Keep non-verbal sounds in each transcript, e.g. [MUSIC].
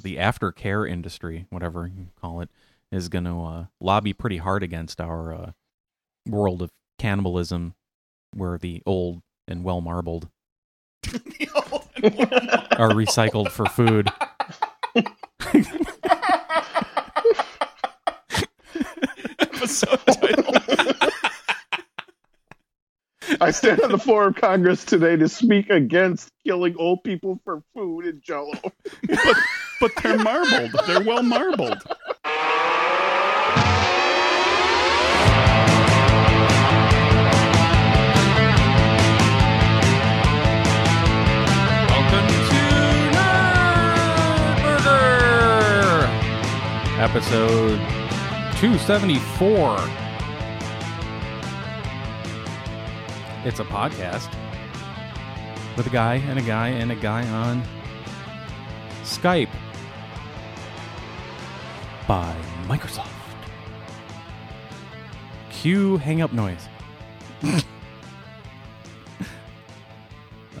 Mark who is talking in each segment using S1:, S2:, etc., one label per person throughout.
S1: the aftercare industry, whatever you call it, is going to uh, lobby pretty hard against our uh, world of cannibalism, where the old and well marbled are recycled for food.
S2: Episode title.
S3: I stand on the floor of Congress today to speak against killing old people for food and jello.
S2: but, but they're marbled. They're well marbled.
S1: Welcome to Nerd Burger, episode 274. It's a podcast with a guy and a guy and a guy on Skype by Microsoft. Cue hang up noise. [LAUGHS]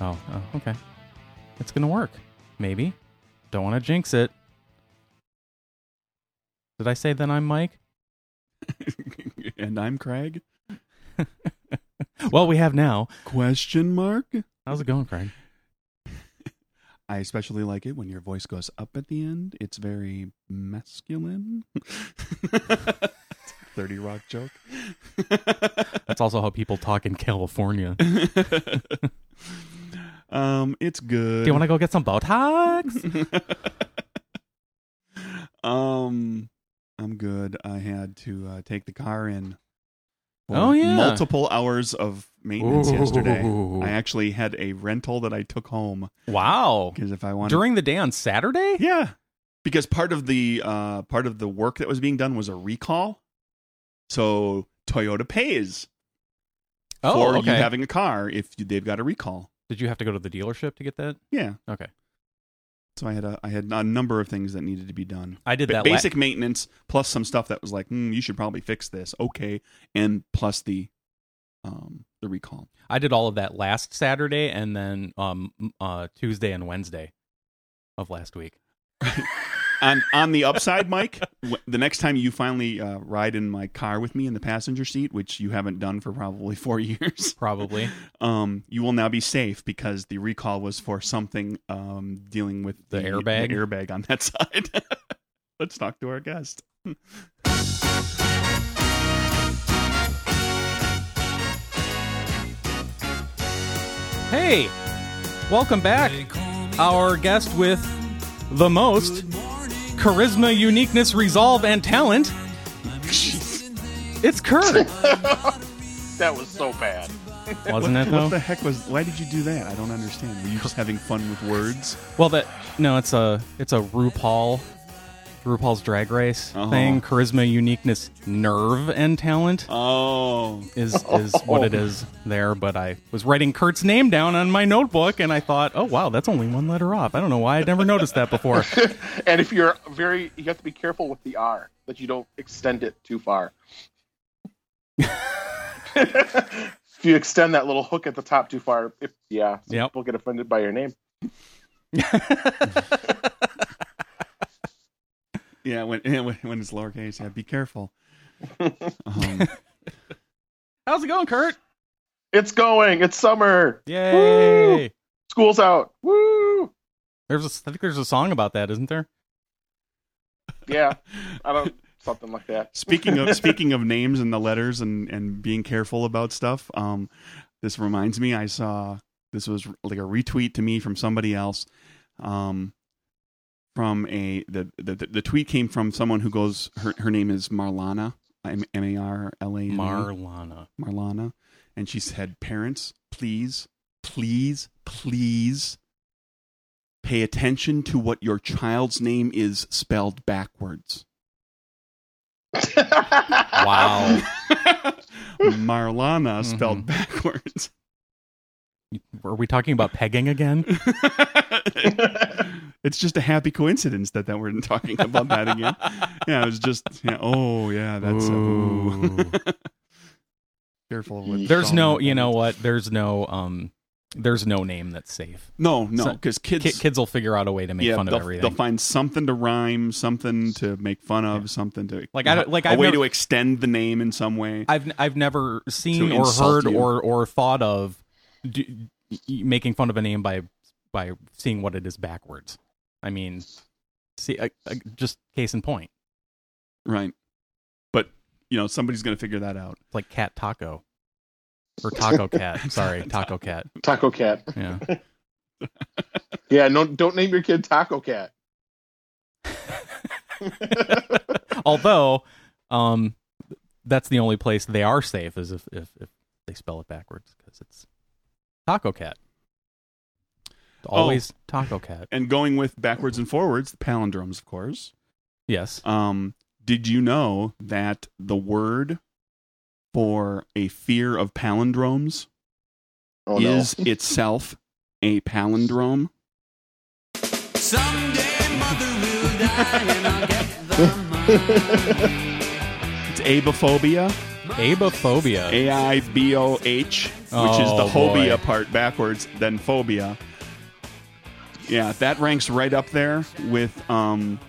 S1: oh, oh, okay. It's gonna work. Maybe. Don't want to jinx it. Did I say that I'm Mike?
S2: and I'm Craig.
S1: Well, we have now.
S2: Question mark.
S1: How's it going, Craig?
S2: I especially like it when your voice goes up at the end. It's very masculine. [LAUGHS] Thirty Rock joke. [LAUGHS]
S1: That's also how people talk in California.
S2: um, it's good.
S1: Do
S2: [LAUGHS]
S1: you want to go get some Botox?
S2: um, I'm good. I had to uh, take the car in. for
S1: Oh, yeah.
S2: multiple hours of maintenance yesterday.
S1: Ooh.
S2: I actually had a rental that I took home
S1: wow.
S2: because if I wanted,
S1: During the day on Saturday?
S2: yeah, because part of the uh, part of the work that was being done was a recall. So Toyota pays
S1: Oh,
S2: for
S1: okay.
S2: you having a car if you, they've got a recall.
S1: Did you have to go to the dealership to get that?
S2: Yeah.
S1: Okay.
S2: So I had a I had a number of things that needed to be done.
S1: I did
S2: Ba-
S1: that la-
S2: basic maintenance plus some stuff that was like mm, you should probably fix this okay and plus the um the recall
S1: I did all of that last Saturday and then um uh Tuesday and Wednesday of last week.
S2: on on the
S1: [LAUGHS]
S2: upside mike w- the next time you finally uh, ride in my car with me in the passenger seat which you haven't done for probably four [LAUGHS] years
S1: Probably.
S2: um you will now be safe because the recall was for something um dealing with
S1: The airbag?
S2: airbag on that [LAUGHS] side let's talk to our guest
S1: Hey, welcome back. Our guest with the most charisma, uniqueness, resolve, and talent. It's
S2: [LAUGHS]
S1: Kurt,
S3: That was so bad.
S1: wasn't
S2: what,
S1: it
S2: what
S1: though?
S2: the heck was why did you do that i don't understand were you just having fun with words
S1: Well, that no, it's a it's a RuPaul, RuPaul's Drag Race
S2: Uh-huh.
S1: thing. Charisma, uniqueness, nerve, and talent
S2: oh
S1: is
S2: [LAUGHS]
S1: is what it is there. But I was writing Kurt's name down on my notebook, and I thought, oh wow, that's only one letter off. I don't know why I'd never noticed that
S2: [LAUGHS]
S1: before.
S3: [LAUGHS] And if you're very, you have to be careful with the R that you don't extend it too
S2: [LAUGHS]
S3: far. if you extend that little hook at the top too far, if, yeah, some
S1: Yep.
S3: people get offended by your name.
S2: Yeah, when [LAUGHS] yeah, when, when it's lowercase, yeah, be [LAUGHS] careful. Um,
S1: How's it going, Kurt?
S3: It's going. It's summer.
S1: Yay!
S3: Woo! School's out. Woo!
S1: There's a, I think there's a song about that, isn't there?
S3: Yeah, I don't something like that.
S2: speaking of speaking of names and the letters and and being careful about stuff, um, this reminds me. I saw this was like a retweet to me from somebody else. Um, from a the, the the tweet came from someone who goes her her name is Marlana M A R L A N A.
S1: Marlana.
S2: Marlana, and she said, Parents, please, please, please pay attention to what your child's name is spelled backwards.
S1: [LAUGHS] Wow.
S2: [LAUGHS] Marlana spelled
S1: Mhm.
S2: backwards.
S1: Are we talking about pegging again?
S2: it's just a happy coincidence that, that we're talking about [LAUGHS]
S1: [LAUGHS]
S2: that again. Yeah, it was just, yeah, oh, yeah, that's.
S1: Ooh.
S2: [LAUGHS] Careful. with
S1: There's
S2: spelling
S1: no,
S2: that
S1: you know
S2: backwards.
S1: what? There's no um There's no name that's safe.
S2: No, no,
S1: So-
S2: because kids,
S1: Ki- kids will figure out a way to make
S2: yeah,
S1: fun of
S2: they'll,
S1: everything.
S2: they'll find something to rhyme, something to make fun of, something to
S1: Like, I don't- like,
S2: a
S1: I've
S2: way
S1: never-
S2: to extend the name in some way.
S1: I've I've never seen
S2: To
S1: or
S2: insult
S1: heard
S2: you.
S1: or or thought of d- y- y- making fun of a name by by seeing what it is backwards. I mean, see, I, I, just case in point,
S2: Right. But, you know, somebody's going to figure that out.
S1: it's like cat taco or taco cat.
S2: [LAUGHS]
S1: Sorry, taco cat.
S3: [LAUGHS] Taco Cat.
S1: Yeah,
S3: Yeah, no, don't name your kid
S1: [LAUGHS]
S3: Taco Cat.
S1: [LAUGHS] although, um, that's the only place they are safe is if if, if they spell it backwards because it's taco cat. It's Always taco cat.
S2: And going with backwards and forwards, the palindromes, of course.
S1: Yes.
S2: Um, did you know that the word for a fear of palindromes
S3: Oh no.
S2: is itself a palindrome?
S4: Someday mother will die and I'll get the
S3: [LAUGHS]
S4: money.
S2: It's abophobia,
S1: Abophobia.
S2: A I B O H, which is the
S1: Oh,
S2: hobia
S1: boy.
S2: part backwards, then phobia. Yeah, that ranks right up there with um,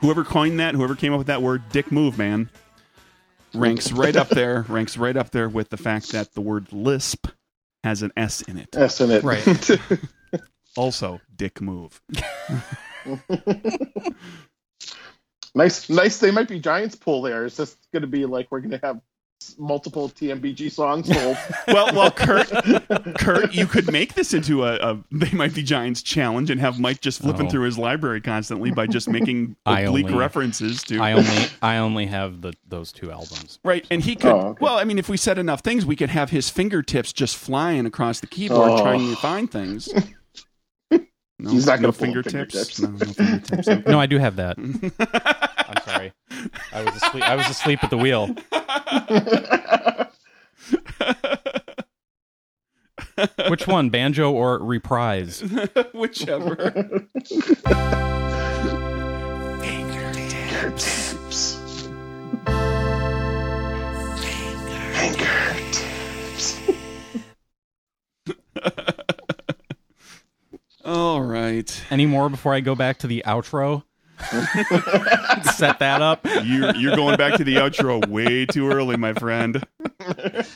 S2: whoever coined that, whoever came up with that word, dick move, man. Ranks right up
S1: [LAUGHS]
S2: there, ranks right up there with the fact that the word lisp has an S in it.
S3: S in it.
S1: Right.
S2: Also, dick move.
S3: [LAUGHS] nice, nice. They might be Giants pool there. It's just going to be like we're going to have s- multiple TMBG
S1: [LAUGHS]
S3: songs sold.
S2: Well, well, Kurt, Kurt, you could make this into a, a "They Might Be Giants" challenge and have Mike just flipping
S1: Oh.
S2: through his library constantly by just making
S1: [LAUGHS] I
S2: oblique
S1: only-
S2: references to.
S1: I only I only have the those two albums.
S2: Right, and he could.
S3: Oh, okay.
S2: Well, I mean, if we said enough things, we could have his fingertips just flying across the keyboard
S3: Oh.
S2: trying to
S3: [LAUGHS]
S2: find things. No,
S3: He's not gonna
S2: no
S3: pull up fingertips.
S2: No, no [LAUGHS] fingertips. okay.
S3: [LAUGHS]
S1: No, I do have that. I'm sorry. I was asleep I was asleep at the wheel. Which one, banjo or reprise?
S2: Whichever.
S3: Tips.
S2: [LAUGHS] All right.
S1: Any more before I go back to the
S3: [LAUGHS]
S1: outro? Set that up.
S2: You're, you're going back to the outro way too early, my friend.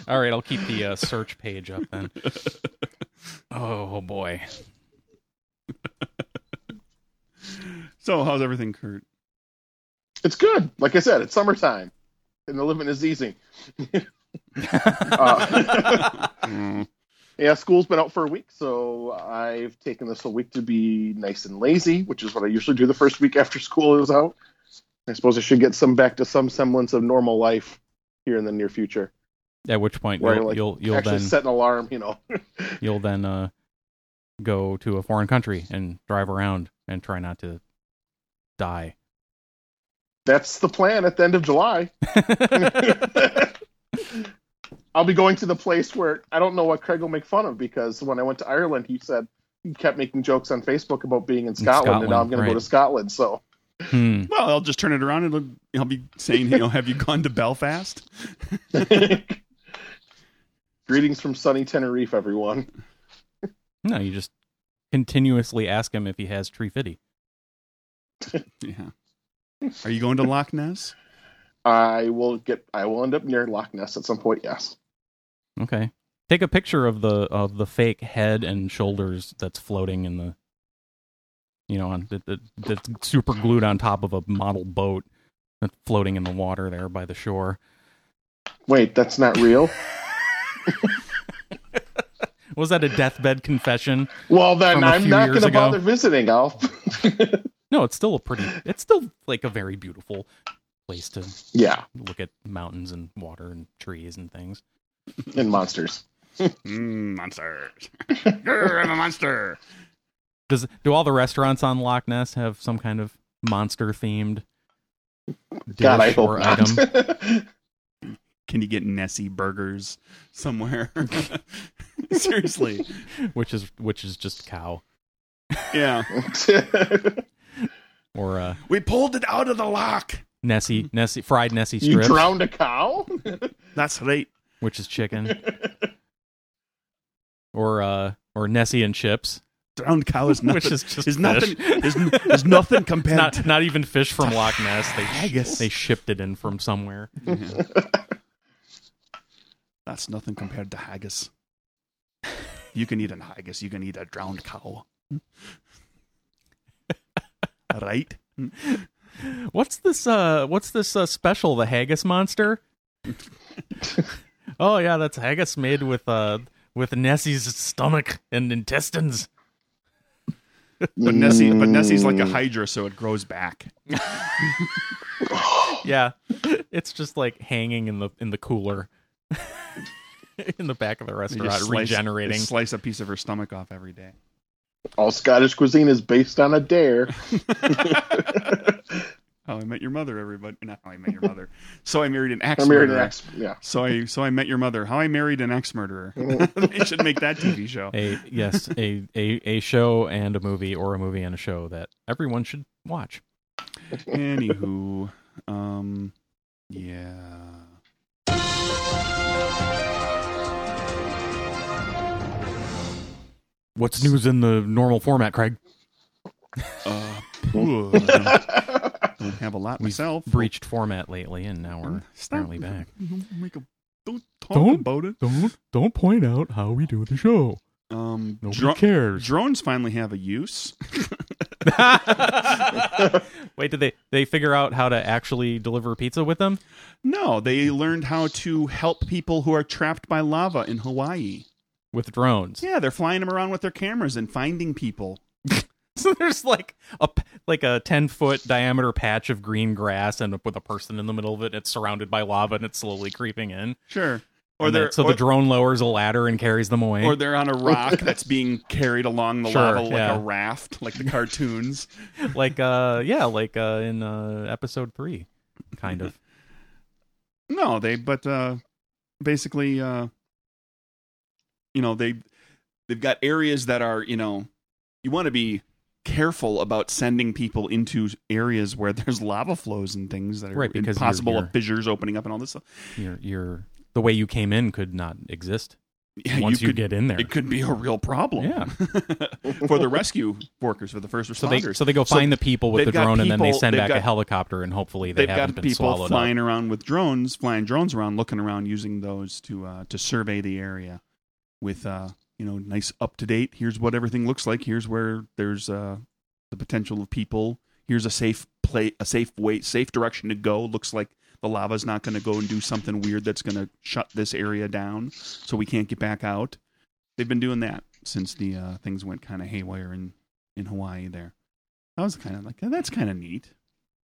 S1: All right, I'll keep the uh, search page up then. Oh boy.
S2: So, how's everything, Kurt?
S3: It's good. Like I said, it's summertime, and the living is easy. uh,
S2: Mm.
S3: yeah, school's been out for a week, so I've taken this whole week to be nice and lazy, which is what I usually do the first week after school is out. I suppose I should get some back to some semblance of normal life here in the near future,
S1: [LAUGHS] At which point
S3: where
S1: you'll
S3: like
S1: you'll, you'll
S3: actually
S1: then
S3: set an alarm, you know.
S1: you'll then uh, go to a foreign country and drive around and try not to die. [LAUGHS]
S3: That's the plan at the end of July. [LAUGHS] I'll be going to the place where I don't know what Craig will make fun of because when I went to Ireland, he said he kept making jokes on Facebook about being in Scotland, and now I'm
S1: Scotland,
S3: going to
S1: right.
S3: go to Scotland. So
S1: Hmm.
S2: Well, I'll just turn it around and it'll- I'll be saying, you know, have you gone to Belfast?
S3: [LAUGHS] greetings from sunny Tenerife, everyone.
S1: No, you just continuously ask him if he has tree fitty.
S2: Yeah. Are you going to Loch Ness?
S3: I will get. I will end up near Loch Ness at some point. Yes.
S1: Okay. Take a picture of the of the fake head and shoulders that's floating in the you know, on that, that, that's super glued on top of a model boat that's floating in the water there by the shore.
S3: Wait, that's not real.
S1: Was that a deathbed confession?
S3: Well, then
S1: From a
S3: I'm
S1: few
S3: not
S1: years
S3: going to
S1: ago.
S3: bother visiting. I'll.
S1: No, it's still a pretty it's still like a very beautiful place to
S3: [LAUGHS] yeah,
S1: look at mountains and water and trees and things.
S3: and monsters.
S2: Mm, monsters. Grr, I'm a monster.
S1: Does do all the restaurants on Loch Ness have some kind of monster themed
S3: God, I hope not. [LAUGHS]
S2: Can you get Nessie burgers somewhere? [LAUGHS] Seriously.
S1: which is which is just cow
S2: Yeah.
S3: [LAUGHS]
S1: or uh,
S2: We pulled it out of the lock.
S1: Nessie
S2: [LAUGHS]
S1: Nessie fried Nessie
S3: you
S1: strips,
S3: drowned a cow.
S2: That's right. [LAUGHS]
S1: which is chicken, or uh, or Nessie and
S2: [LAUGHS]
S1: chips,
S2: Drowned cow is
S1: [LAUGHS]
S2: nothing.
S1: which is just fish.
S2: is nothing. Is, is nothing
S1: [LAUGHS]
S2: compared
S1: not
S2: to
S1: not even fish from Loch
S2: [LAUGHS]
S1: Ness. They
S2: haggis.
S1: they shipped it in from somewhere.
S2: Yeah. That's nothing compared to haggis. You can eat an haggis. You can eat a drowned cow. right?
S1: What's this? Uh, what's this uh, special? The haggis
S2: [LAUGHS]
S1: monster. oh yeah, that's haggis made with uh with Nessie's stomach and intestines.
S2: But Nessie, but Nessie's like a
S3: Mm.
S2: hydra, so it grows back.
S1: Yeah, [LAUGHS] it's just like hanging in the in the cooler [LAUGHS] in the back of the
S2: They
S1: restaurant,
S2: just slice- they
S1: regenerating.
S2: slice a piece of her stomach off every day.
S3: All Scottish cuisine is based on a
S2: [LAUGHS]
S3: dare.
S2: Oh, I met your mother, everybody. Not how I met your mother. So I married an axe
S3: I married an
S2: murderer.
S3: ex. Yeah.
S2: So I so I met your mother. How I married an
S3: [LAUGHS]
S2: axe murderer. they should make that TV show.
S1: a yes, a, a a show and a movie, or a movie and a show that everyone should watch.
S2: Anywho, um, yeah.
S1: What's news in the normal format, Craig?
S3: [LAUGHS]
S2: Uh, phew, I don't have a lot myself.
S1: Breached format lately, and now we're apparently [LAUGHS] back.
S2: Don't make a- don't talk
S1: Don't-
S2: about it.
S1: Don't don't point out how we do the show.
S2: Um,
S1: Nobody
S2: dro-
S1: cares.
S2: drones finally have a use.
S1: Wait, did they they figure out how to actually deliver pizza with them?
S2: No, they learned how to help people who are trapped by lava in Hawaii.
S1: With drones.
S2: Yeah, they're flying them around with their cameras and finding people.
S1: [LAUGHS] So there's like a p- like a ten foot diameter patch of green grass, and with a person in the middle of it. It's surrounded by lava, and it's slowly creeping in.
S2: Sure. Or
S1: And then-
S2: they're
S1: so
S2: or,
S1: the drone lowers a ladder and carries them away. [LAUGHS]
S2: or they're on a rock that's being carried along the
S1: Sure,
S2: lava like
S1: yeah.
S2: a raft, like the cartoons. [LAUGHS]
S1: like uh yeah, like uh in uh episode three, kind of.
S2: No, they but uh basically uh you know, they they've got areas that are, you know, you want to be careful about sending people into areas where [LAUGHS] there's lava flows and things that are
S1: Right, because you're-
S2: possible
S1: you're-
S2: fissures opening up and all this stuff.
S1: Your your the way you came in could not exist
S2: Yeah,
S1: once you,
S2: could,
S1: get in there.
S2: it could be a real problem.
S1: Yeah.
S2: [LAUGHS] for the rescue workers, for the first responders.
S1: So they so they go find the people with
S2: they've
S1: the
S2: got
S1: drone, and then they
S2: people-
S1: send
S2: they've
S1: back a
S2: got-
S1: helicopter, and hopefully they
S2: they've
S1: haven't
S2: got
S1: been
S2: people
S1: swallowed up.
S2: flying around with drones, flying drones around, looking around, using those to uh, to survey the area with uh, you know nice up to date. Here's what everything looks like. Here's where there's uh, the potential of people. Here's a safe play, a safe way, safe direction to go. Looks like the lava's not going to go and do something weird that's going to shut this area down, so we can't get back out. They've been doing that since the uh, things went kind of haywire in in Hawaii. There, I was kind of like, that's kind of neat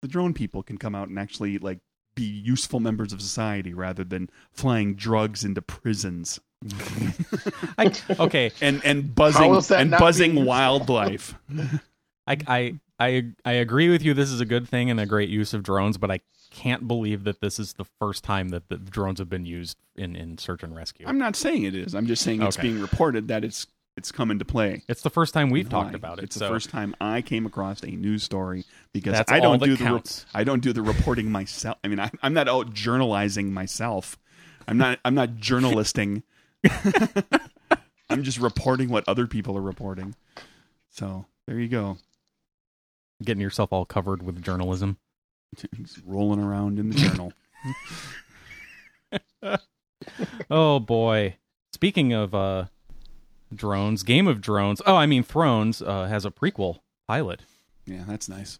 S2: the drone people can come out and actually like be useful members of society rather than flying drugs into prisons [LAUGHS]
S1: I, okay,
S2: and and
S3: How
S2: buzzing
S3: is that
S2: and
S3: not
S2: buzzing
S3: being
S2: wildlife.
S1: I, I I I agree with you. This is a good thing and a great use of drones, but I can't believe that this is the first time that the drones have been used in in search and rescue.
S2: I'm not saying it is. I'm just saying it's
S1: Okay.
S2: being reported that it's it's come into play.
S1: it's the first time we've talked
S2: Why?
S1: about it.
S2: It's
S1: so
S2: the first time I came across a news story because
S1: That's
S2: I
S1: all
S2: don't
S1: that
S2: do the re-
S1: counts.
S2: I don't do the reporting myself. I mean, I, I'm not out journalizing myself. I'm not I'm not journalisting. [LAUGHS] I'm just reporting what other people are reporting. So there you go.
S1: getting yourself all covered with journalism.
S2: He's rolling around in the
S1: [LAUGHS]
S2: journal.
S1: Oh boy! Speaking of uh, drones, Game of Drones. Oh, I mean Thrones uh, has a prequel pilot.
S2: yeah, that's nice.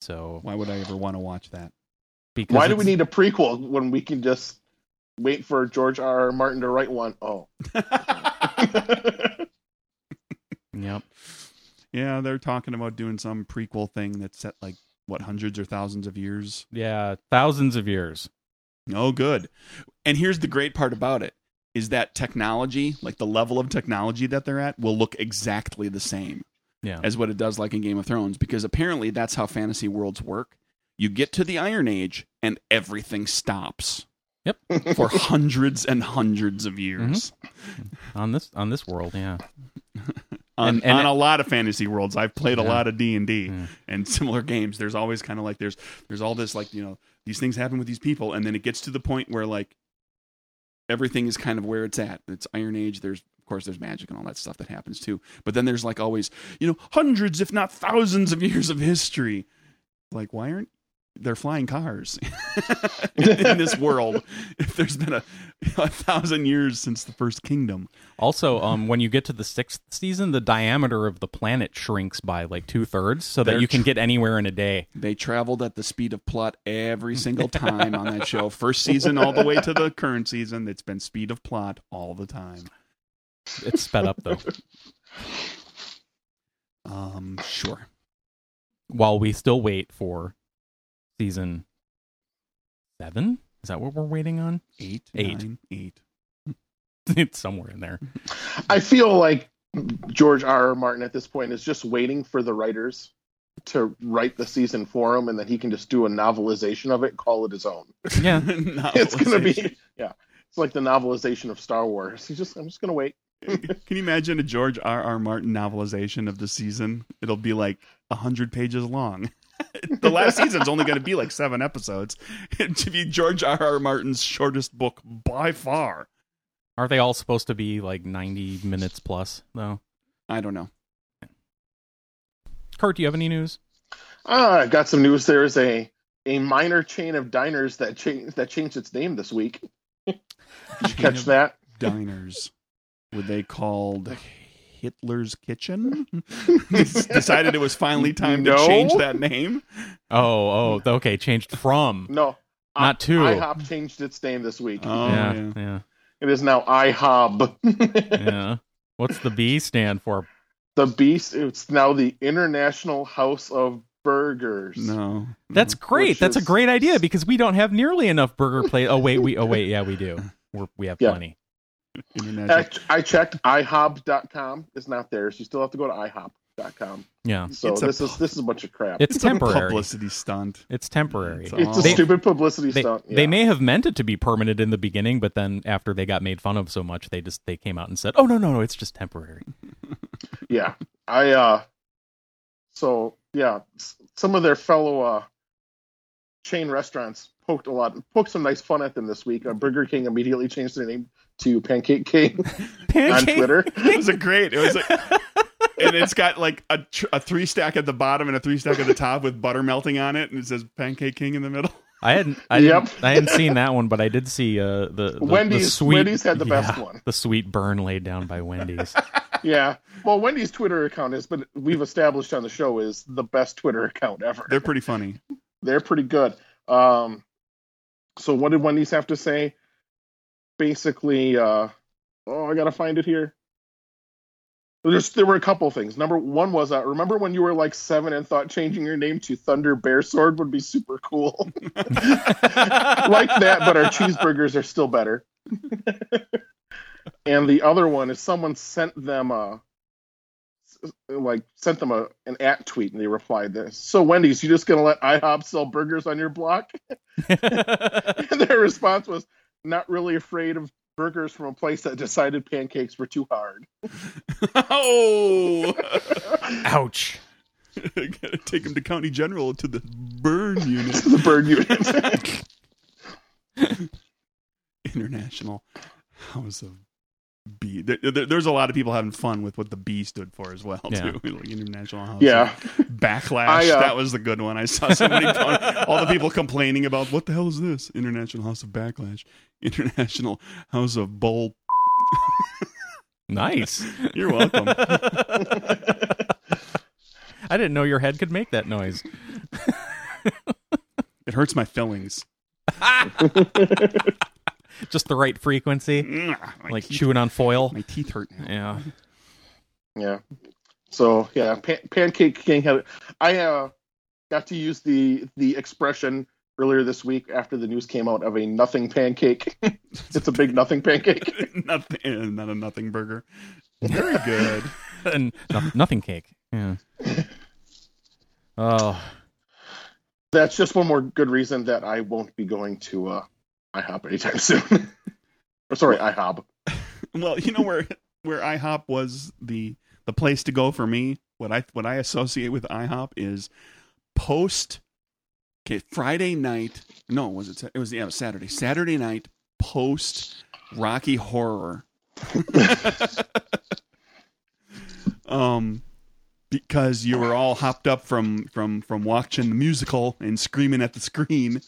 S1: So
S2: Why would I ever want to watch that? [LAUGHS]
S1: because
S3: Why do
S1: it's-
S3: we need a prequel when we can just wait for George R. R. Martin to write one? Oh.
S1: Yep.
S2: Yeah, they're talking about doing some prequel thing that's set like what hundreds or thousands of years.
S1: Yeah, thousands of years.
S2: No Oh, good. And here's the great part about it is that technology, like the level of technology that they're at, will look exactly the same.
S1: Yeah.
S2: as what it does like in Game of Thrones because apparently that's how fantasy worlds work. You get to the Iron Age and everything stops.
S1: Yep. Mm-hmm.
S2: For hundreds and hundreds of years.
S1: on this on this world, yeah.
S2: On,
S1: And- and-
S2: on a lot of fantasy worlds, I've played a
S1: Yeah. Mm.
S2: lot of D&D
S1: Yeah.
S2: and similar games. There's always kind of like there's there's all this like, you know, these things happen with these people and then it gets to the point where like everything is kind of where it's at. It's Iron Age, there's course, there's magic and all that stuff that happens too. But then there's like always, you know, hundreds, if not thousands, of [LAUGHS] years of history. Like, why aren't there flying cars [LAUGHS] in this world? If there's been a, a thousand years since the first kingdom,
S1: Also, um, when you get to the sixth season, the diameter of the planet shrinks by like two thirds, so that
S2: They're
S1: you can
S2: tr-
S1: get anywhere in a day.
S2: they traveled at the speed of plot every single time on that show. First season all the way to the current season, it's been speed of plot all the time.
S1: It's sped up
S2: [LAUGHS]
S1: though.
S2: Um, sure.
S1: While we still wait for season seven, is that what we're waiting on? [LAUGHS]
S2: Eight,
S1: Eight.
S2: nine, eight.
S1: it's somewhere in
S2: [LAUGHS]
S1: there.
S3: I feel like George R. R. Martin at this point is just waiting for the writers to write the season for him, and then he can just do a novelization of it, call it his own. [LAUGHS]
S2: [LAUGHS]
S1: Yeah,
S3: It's gonna be yeah. It's like the novelization of Star Wars. He's just I'm just gonna wait.
S2: Can you imagine a George R. R. Martin novelization of the season? It'll be like hundred pages long. [LAUGHS] the last season's only going to be like seven episodes. [LAUGHS] It should be George R. R. Martin's shortest book by far.
S1: aren't they all supposed to be like ninety minutes plus though?
S2: I don't know.
S1: Kurt, do you have any news?
S3: Ah, I got some news. There is a a minor chain of diners that changed that changed its name this week. Did you catch that?
S2: Diners. Were they called Hitler's [LAUGHS] Kitchen? Decided it was finally time to
S3: No.
S2: change that name.
S1: Oh, oh, okay, changed from.
S3: No.
S1: Not two.
S3: IHOP changed its name this week.
S2: Oh
S1: yeah, yeah,
S3: It is now IHOB.
S1: yeah, What's the B stand for?
S3: [LAUGHS] the Beast. It's now the International House of Burgers.
S2: no,
S1: That's great.
S3: Which
S1: That's a
S3: is-
S1: great idea because we don't have nearly enough burger plate. Oh wait, we oh wait, yeah, we
S3: [LAUGHS]
S1: do. We're, we have
S3: Yeah.
S1: plenty.
S2: international.
S3: I, I checked. IHOB.com is not there. So you still have to go to IHOP.com.
S1: Yeah,
S3: So
S2: It's a
S3: this
S2: pub-
S3: is this is a bunch of crap.
S1: it's,
S2: a
S1: temporary.
S2: publicity stunt.
S1: It's temporary.
S2: It's a-
S3: It's a
S1: They-
S3: stupid publicity
S1: They,
S3: stunt.
S1: they
S3: yeah.
S1: may have meant it to be permanent in the beginning, but then after they got made fun of so much, they just they came out and said, "Oh no, no, no, it's just
S3: [LAUGHS]
S1: temporary."
S3: yeah i uh so yeah s- some of their fellow uh chain restaurants poked a lot poked some nice fun at them this week uh, burger king immediately changed their name to
S1: [LAUGHS]
S3: pancake king on
S1: Pancake-
S3: twitter
S2: It was a great. It was like, and it's got like a, tr- a three stack at the bottom and a three stack at the top with butter melting on it, and it says Pancake King in the middle.
S1: I hadn't, I,
S3: Yep.
S1: didn't, I hadn't seen that one, but I did see uh, the, the
S3: Wendy's-
S1: The sweet,
S3: Wendy's had the best one.
S1: The sweet burn laid down by
S3: [LAUGHS]
S1: Wendy's.
S3: yeah well wendy's twitter account is but we've established on the show is the best twitter account ever
S2: [LAUGHS] They're pretty funny.
S3: they're pretty good. Um, so what did Wendy's have to say? Basically, uh, oh, I gotta find it here. There's, there were a couple things. Number one was, uh, remember when you were like seven and thought changing your name to Thunder Bear Sword would be super cool? [LAUGHS] like that, but our cheeseburgers are still better. and the other one is someone sent them a like sent them a an at tweet and they replied this. So Wendy's, you just gonna let IHOP sell burgers on your block? [LAUGHS] and their response was not really afraid of burgers from a place that decided pancakes were too hard.
S2: [LAUGHS]
S3: [LAUGHS]
S2: oh,
S1: [LAUGHS]
S2: [LAUGHS]
S1: Ouch.
S2: gotta take him to County General to the burn unit.
S3: the bird unit.
S2: International House of B. There, there- there's a lot of people having fun with what the B stood for as well,
S1: Yeah.
S2: too. [LAUGHS] Like International House. of
S3: yeah.
S2: Backlash.
S3: I, uh,
S2: that was the good one. I saw somebody,
S3: [LAUGHS]
S2: all the people complaining about what the hell is this? International House of Backlash, [LAUGHS] International House of Bull.
S1: Nice.
S2: You're welcome.
S1: I didn't know your head could make that noise.
S2: it hurts my fillings.
S1: Just the right frequency,
S2: Mm, My
S1: [LAUGHS] like
S2: teeth,
S1: chewing on foil.
S2: my teeth hurt now. [LAUGHS]
S1: Yeah.
S3: Yeah. So yeah, Pan- Pancake King had. I uh, got to use the the expression earlier this week after the news came out of a nothing pancake. [LAUGHS] it's a big nothing pancake. [LAUGHS]
S2: nothing, eh, not a nothing burger. Very good.
S1: and no- nothing cake. Yeah. Oh,
S3: That's just one more good reason that I won't be going to uh, IHOP anytime [LAUGHS] soon. or sorry, IHOP.
S2: [LAUGHS] well, you know where where IHOP was the the place to go for me. What I what I associate with IHOP is post okay Friday night. No, was it? Sa- It was yeah, it was Saturday. Saturday night post Rocky Horror. [LAUGHS] um, because you were all hopped up from from from watching the musical and screaming at the screen,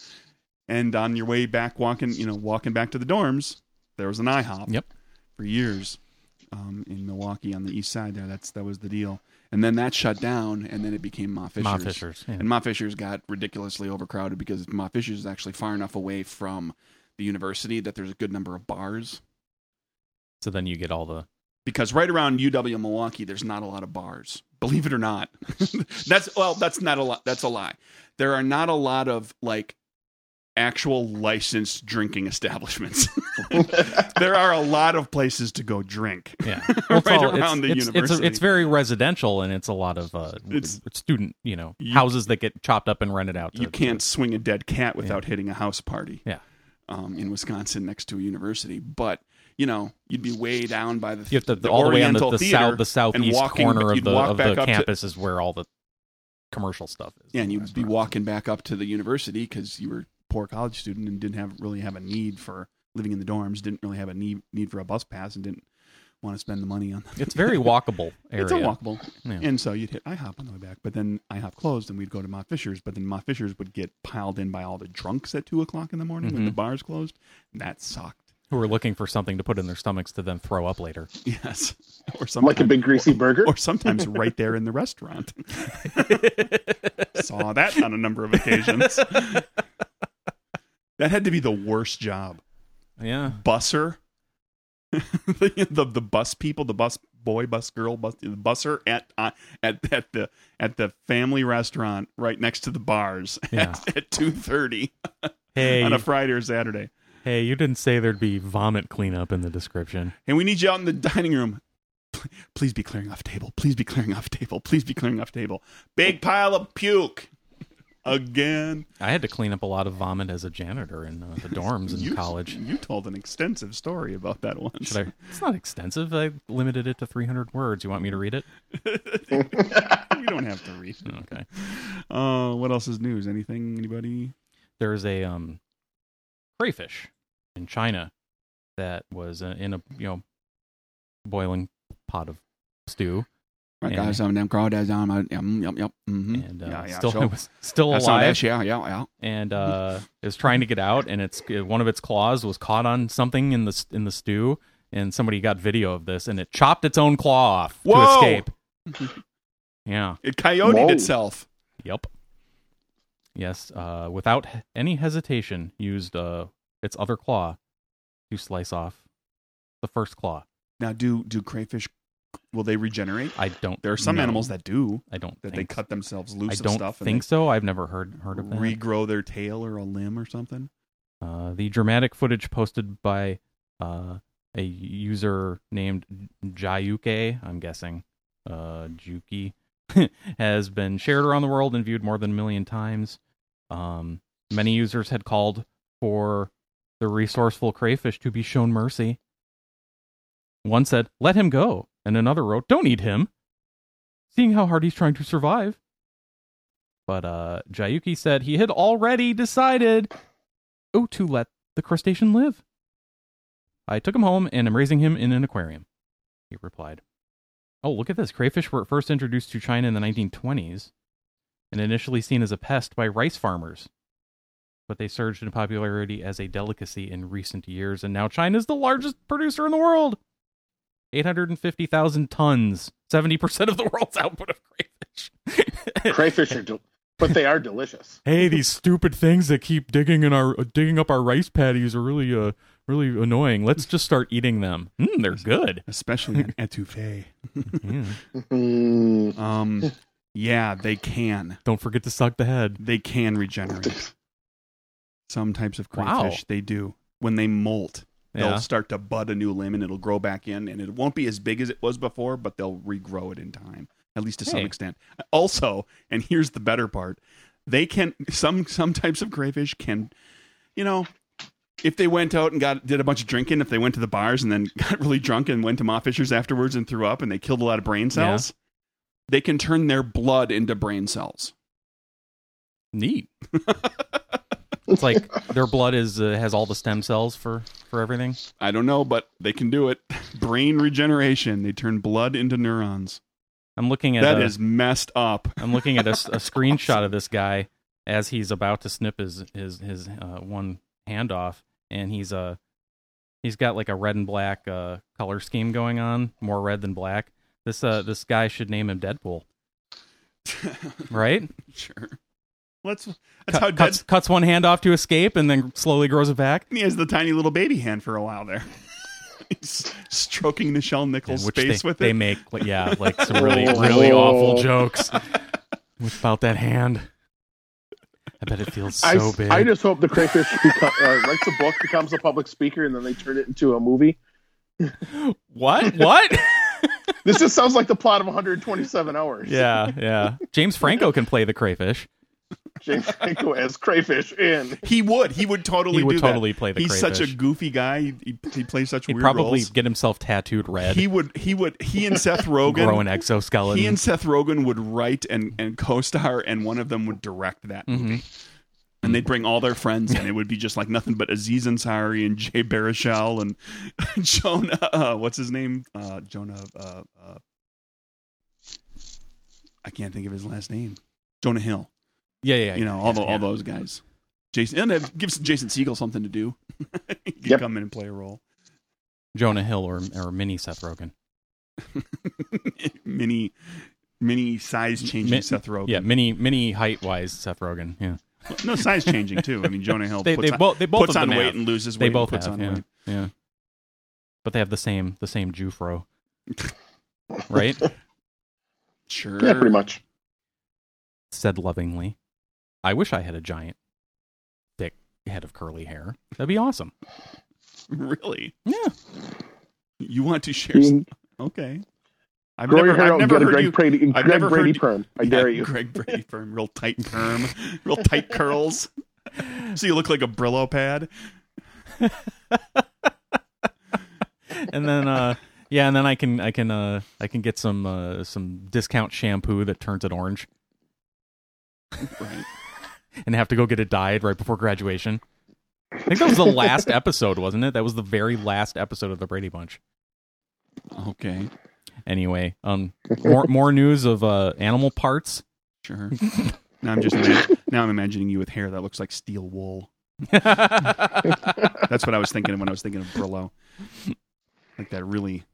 S2: and on your way back, walking you know walking back to the dorms, there was an IHOP.
S1: Yep.
S2: For years, um, in Milwaukee on the east side there, that's that was the deal. And then that shut down, and then it became Ma Fisher's.
S1: Ma Fishers. yeah.
S2: And Ma Fisher's got ridiculously overcrowded because Ma Fisher's is actually far enough away from the university that there's a good number of bars.
S1: So then you get all the
S2: Because right around UW Milwaukee, there's not a lot of bars. Believe it or not, [LAUGHS] that's well, that's not a lot. That's a lie. There are not a lot of like actual licensed drinking establishments. [LAUGHS] there are a lot of places to go drink.
S1: [LAUGHS] yeah.
S2: Right
S1: it's all-
S2: around the
S1: it's, it's, It's,
S2: university.
S1: it's very residential, and it's a lot of uh,
S2: It's-
S1: student, you know,
S2: You-
S1: houses that get chopped up and rented out. To,
S2: you can't swing a dead cat without hitting a house party.
S1: Yeah.
S2: Um, in Wisconsin, next to a university, but you know you'd be way down by the
S1: you have to
S2: the
S1: all the way on the,
S2: Oriental
S1: the
S2: Theater
S1: south, the
S2: and
S1: southeast
S2: walking-
S1: corner of
S2: you'd
S1: the
S2: walk
S1: of
S2: back
S1: the
S2: up to-
S1: campus is where all the commercial stuff is.
S2: Yeah, and you'd be
S1: Restaurants.
S2: walking back up to the university because you were a poor college student and didn't have really have a need for living in the dorms, didn't really have a need need for a bus pass, and didn't want to spend the money on.
S1: It's very [LAUGHS]
S2: [LAUGHS]
S1: walkable area.
S2: It's unwalkable,
S1: Yeah.
S2: and so you'd hit IHOP on the way back, but then IHOP closed, and we'd go to Mott Fisher's, but then Mott Fisher's would get piled in by all the drunks at two o'clock in the morning when
S1: Mhm.
S2: the bars closed. And that sucked. [LAUGHS]
S1: Who are looking for something to put in their stomachs to then throw up later?
S2: Yes, or something
S3: like a big greasy burger.
S2: or sometimes right there in
S1: [LAUGHS]
S2: the restaurant. Saw that on a number of occasions. That had to be the worst job.
S1: Yeah.
S2: Busser. [LAUGHS] the, the the bus people, the bus boy, bus girl, bus the busser at uh, at at the at the family restaurant right next to the bars [LAUGHS]
S1: [LAUGHS] Yeah.
S2: at, at two thirty
S1: Hey,
S2: on a Friday or Saturday.
S1: hey, you didn't say there'd be vomit cleanup in the description.
S2: and we need you out in the dining room. Pl- Please be clearing off table. Please be clearing off table. Please be clearing off table. Big pile of puke. [LAUGHS] Again.
S1: I had to clean up a lot of vomit as a janitor in uh, the dorms in
S2: You-
S1: college.
S2: You told an extensive story about that once. [LAUGHS]
S1: Should I? [LAUGHS] It's not extensive. I limited it to 300 words. You want me to read it?
S2: we don't have to read.
S1: Okay.
S2: Uh, what else is news? Anything? Anybody?
S1: there's a um crayfish in China that was uh, in a you know boiling pot of stew
S2: Right,
S1: Yeah.
S2: guys. I'm damn crowd. I'm, I'm, yep, yep. Mm-hmm.
S1: and uh, still it [LAUGHS] was still
S2: I saw
S1: alive
S2: that. Yeah, yeah, yeah.
S1: and uh is trying to get out and it's uh, one of its claws was caught on something in the s- in the stew and somebody got video of this and it chopped its own claw off
S2: Whoa!
S1: to escape. yeah.
S2: It coyoted
S3: Whoa.
S2: itself.
S1: Yep. Yes, uh, without he- any hesitation, used uh, its other claw to slice off the first claw.
S2: Now, do do crayfish? Will they regenerate?
S1: I don't.
S2: There are some
S1: know.
S2: animals that do.
S1: I don't
S2: That
S1: think
S2: they cut themselves loose
S1: I
S2: of
S1: don't
S2: stuff. and they-
S1: think so. I've never heard heard of that.
S2: regrow their tail or a limb or something.
S1: uh, the dramatic footage posted by uh, a user named Jayuke, I'm guessing, uh, Juki, [LAUGHS] has been shared around the world and viewed more than a million times. Um, many users had called for the resourceful crayfish to be shown mercy. One said, "Let him go," and another wrote, "Don't eat him." Seeing how hard he's trying to survive. But uh, Jayuki said he had already decided oh to let the crustacean live. I took him home and am raising him in an aquarium, he replied. Oh, look at this. Crayfish were first introduced to China in the 1920s and initially seen as a pest by rice farmers. But they surged in popularity as a delicacy in recent years, and now China is the largest producer in the world 850,000 tons, 70% of the world's [LAUGHS] output of crayfish. [LAUGHS]
S3: [LAUGHS] Crayfish are, del- but they are delicious. [LAUGHS]
S1: hey, [LAUGHS] these stupid things that keep digging in our uh, digging up our rice patties are really uh really annoying. Let's just start eating them. Mm, they're good. [LAUGHS]
S2: Especially an etouffee.
S3: Mm.
S1: [LAUGHS]
S2: Um, yeah, they can.
S1: Don't forget to suck the head.
S2: They can regenerate. Some types of
S1: Wow.
S2: crayfish they do. When they molt,
S1: Yeah.
S2: they'll start to bud a new limb and it'll grow back in and it won't be as big as it was before, but they'll regrow it in time, at least to some
S1: Hey.
S2: extent. Also, and here's the better part. They can some some types of crayfish can you know, if they went out and got did a bunch of drinking, if they went to the bars and then [LAUGHS] got really drunk and went to Ma Fisher's afterwards and threw up and they killed a lot of brain cells, they can [LAUGHS] turn their blood into brain cells.
S1: Neat. It's like their blood is uh, has all the stem cells for for everything.
S2: I don't know, but they can do it. [LAUGHS] Brain regeneration. They turn blood into neurons.
S1: I'm looking at
S2: That
S1: a-
S2: is messed up. [LAUGHS]
S1: I'm looking at a, s- a screenshot of this guy as he's about to snip his his his uh, one hand off, and he's uh he's got like a red and black uh, color scheme going on, more red than black. This uh this guy should name him
S2: [LAUGHS]
S1: Deadpool, right?
S2: sure. Let's. That's
S1: Cut-
S2: how
S1: cuts
S2: Dead.
S1: cuts one hand off to escape, and then slowly grows it back.
S2: He has the tiny little baby hand for a while there. [LAUGHS] He's stroking Nichelle Nichols'
S1: which
S2: face
S1: they,
S2: with
S1: they
S2: it.
S1: make like,
S2: [LAUGHS]
S1: yeah like some really really
S3: Whoa.
S1: awful jokes about that hand. I bet it feels so
S3: I, s-
S1: big.
S3: I just hope the crayfish beco- uh, writes a book, becomes a public speaker, and then they turn it into a movie.
S1: what [LAUGHS] what?
S3: This just sounds like the plot of 127 Hours.
S1: yeah yeah. James Franco can play the crayfish.
S3: [LAUGHS] James Franco as crayfish in.
S2: he would. He would totally.
S1: he would
S2: do that.
S1: totally play the
S2: He's
S1: crayfish.
S2: such a goofy guy. He, he, he plays such
S1: He'd
S2: weird
S1: probably
S2: roles.
S1: get himself tattooed red,
S2: He would. He would. He and
S1: [LAUGHS]
S2: Seth
S1: grow
S2: Rogen.
S1: an exoskeleton.
S2: He and Seth Rogen would write and, and co-star, and one of them would direct that
S1: Mhm.
S2: movie. And they'd bring all their friends, and it would be just like nothing but Aziz Ansari and Jay Baruchel and [LAUGHS] Jonah. Uh, what's his name? Uh, Jonah. Uh, uh, I can't think of his last name. Jonah Hill.
S1: yeah, yeah,
S2: you know all the,
S1: yeah.
S2: all those guys. Jason and it gives Jason Siegel something to do. [LAUGHS] he could
S3: Yep.
S2: come in and play a role. [LAUGHS]
S1: Jonah Hill or or mini Seth Rogen.
S2: mini, mini size changing
S1: Mi-
S2: Seth Rogen.
S1: Yeah, mini mini height wise Seth Rogen. Yeah,
S2: No, size changing too. I mean, Jonah Hill
S1: they
S2: puts,
S1: they
S2: on,
S1: both they both
S2: puts
S1: of
S2: on
S1: them
S2: weight
S1: have.
S2: and loses weight.
S1: They
S2: and
S1: both
S2: puts
S1: have.
S2: on
S1: yeah,
S2: weight.
S1: yeah. But they have the same the same
S2: [LAUGHS]
S1: Jufro, right?
S2: Sure.
S3: Yeah, pretty much.
S1: Said lovingly, "I wish I had a giant, thick head of curly hair. That'd be awesome."
S2: [LAUGHS] Really?
S1: Yeah,
S2: You want to share?
S3: You
S2: [LAUGHS] Okay. I've
S3: grow your
S2: never,
S3: hair
S2: I've
S3: out and
S2: never
S3: get a
S2: heard
S3: Greg
S2: you.
S3: Brady, Greg
S2: never heard
S3: Brady
S2: you-
S3: perm. I dare
S2: [LAUGHS] Yeah,
S3: you. [LAUGHS]
S2: Greg Brady firm, real tight perm, real tight curls. [LAUGHS] So you look like a Brillo pad.
S1: and then uh, yeah, and then I can I can uh I can get some uh some discount shampoo that turns it orange.
S2: Right.
S1: [LAUGHS] and have to go get it dyed right before graduation. I think that was the last episode, wasn't it? That was the very last episode of the Brady Bunch.
S2: Okay.
S1: Anyway, um, more more news of uh, animal parts.
S2: Sure.
S3: [LAUGHS]
S2: Now I'm just imag- now I'm imagining you with hair that looks like steel wool.
S1: you
S2: That's what I was thinking of when I was thinking of Brillo, like that really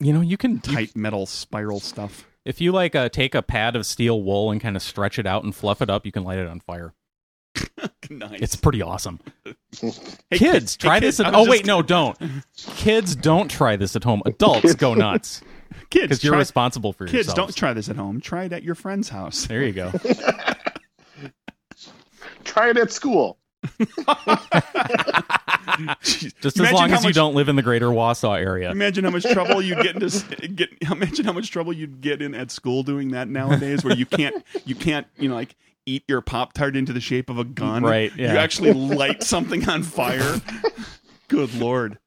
S1: know, you can you-
S2: tight metal spiral stuff.
S1: if you like uh, take a pad of steel wool and kind of stretch it out and fluff it up, you can light it on fire.
S2: nice.
S1: It's pretty awesome.
S2: Hey,
S1: kids,
S2: kid-
S1: try
S2: hey, kid,
S1: this. At,
S2: I
S1: oh
S2: was
S1: wait,
S2: just-
S1: no, don't. Kids, don't try this at home. Adults, go nuts
S2: Kids,
S1: because you're
S2: try-
S1: responsible for
S2: kids,
S1: yourselves.
S2: don't try this at home. Try it at your friend's house.
S1: There you
S2: [LAUGHS]
S1: go.
S3: Try it at
S2: [LAUGHS]
S3: school.
S2: Jeez.
S1: Just as
S2: Imagine
S1: long
S2: how
S1: as you
S2: much-
S1: don't live in the greater Wausau area.
S2: Imagine
S1: [LAUGHS]
S2: how much trouble you get into s- get. Imagine how much trouble you'd get in at school doing that nowadays, where you can't you can't you know like eat your pop tart into the shape of a gun.
S1: Right,
S2: You
S1: yeah.
S2: actually light something
S1: [LAUGHS]
S2: on fire. Good lord!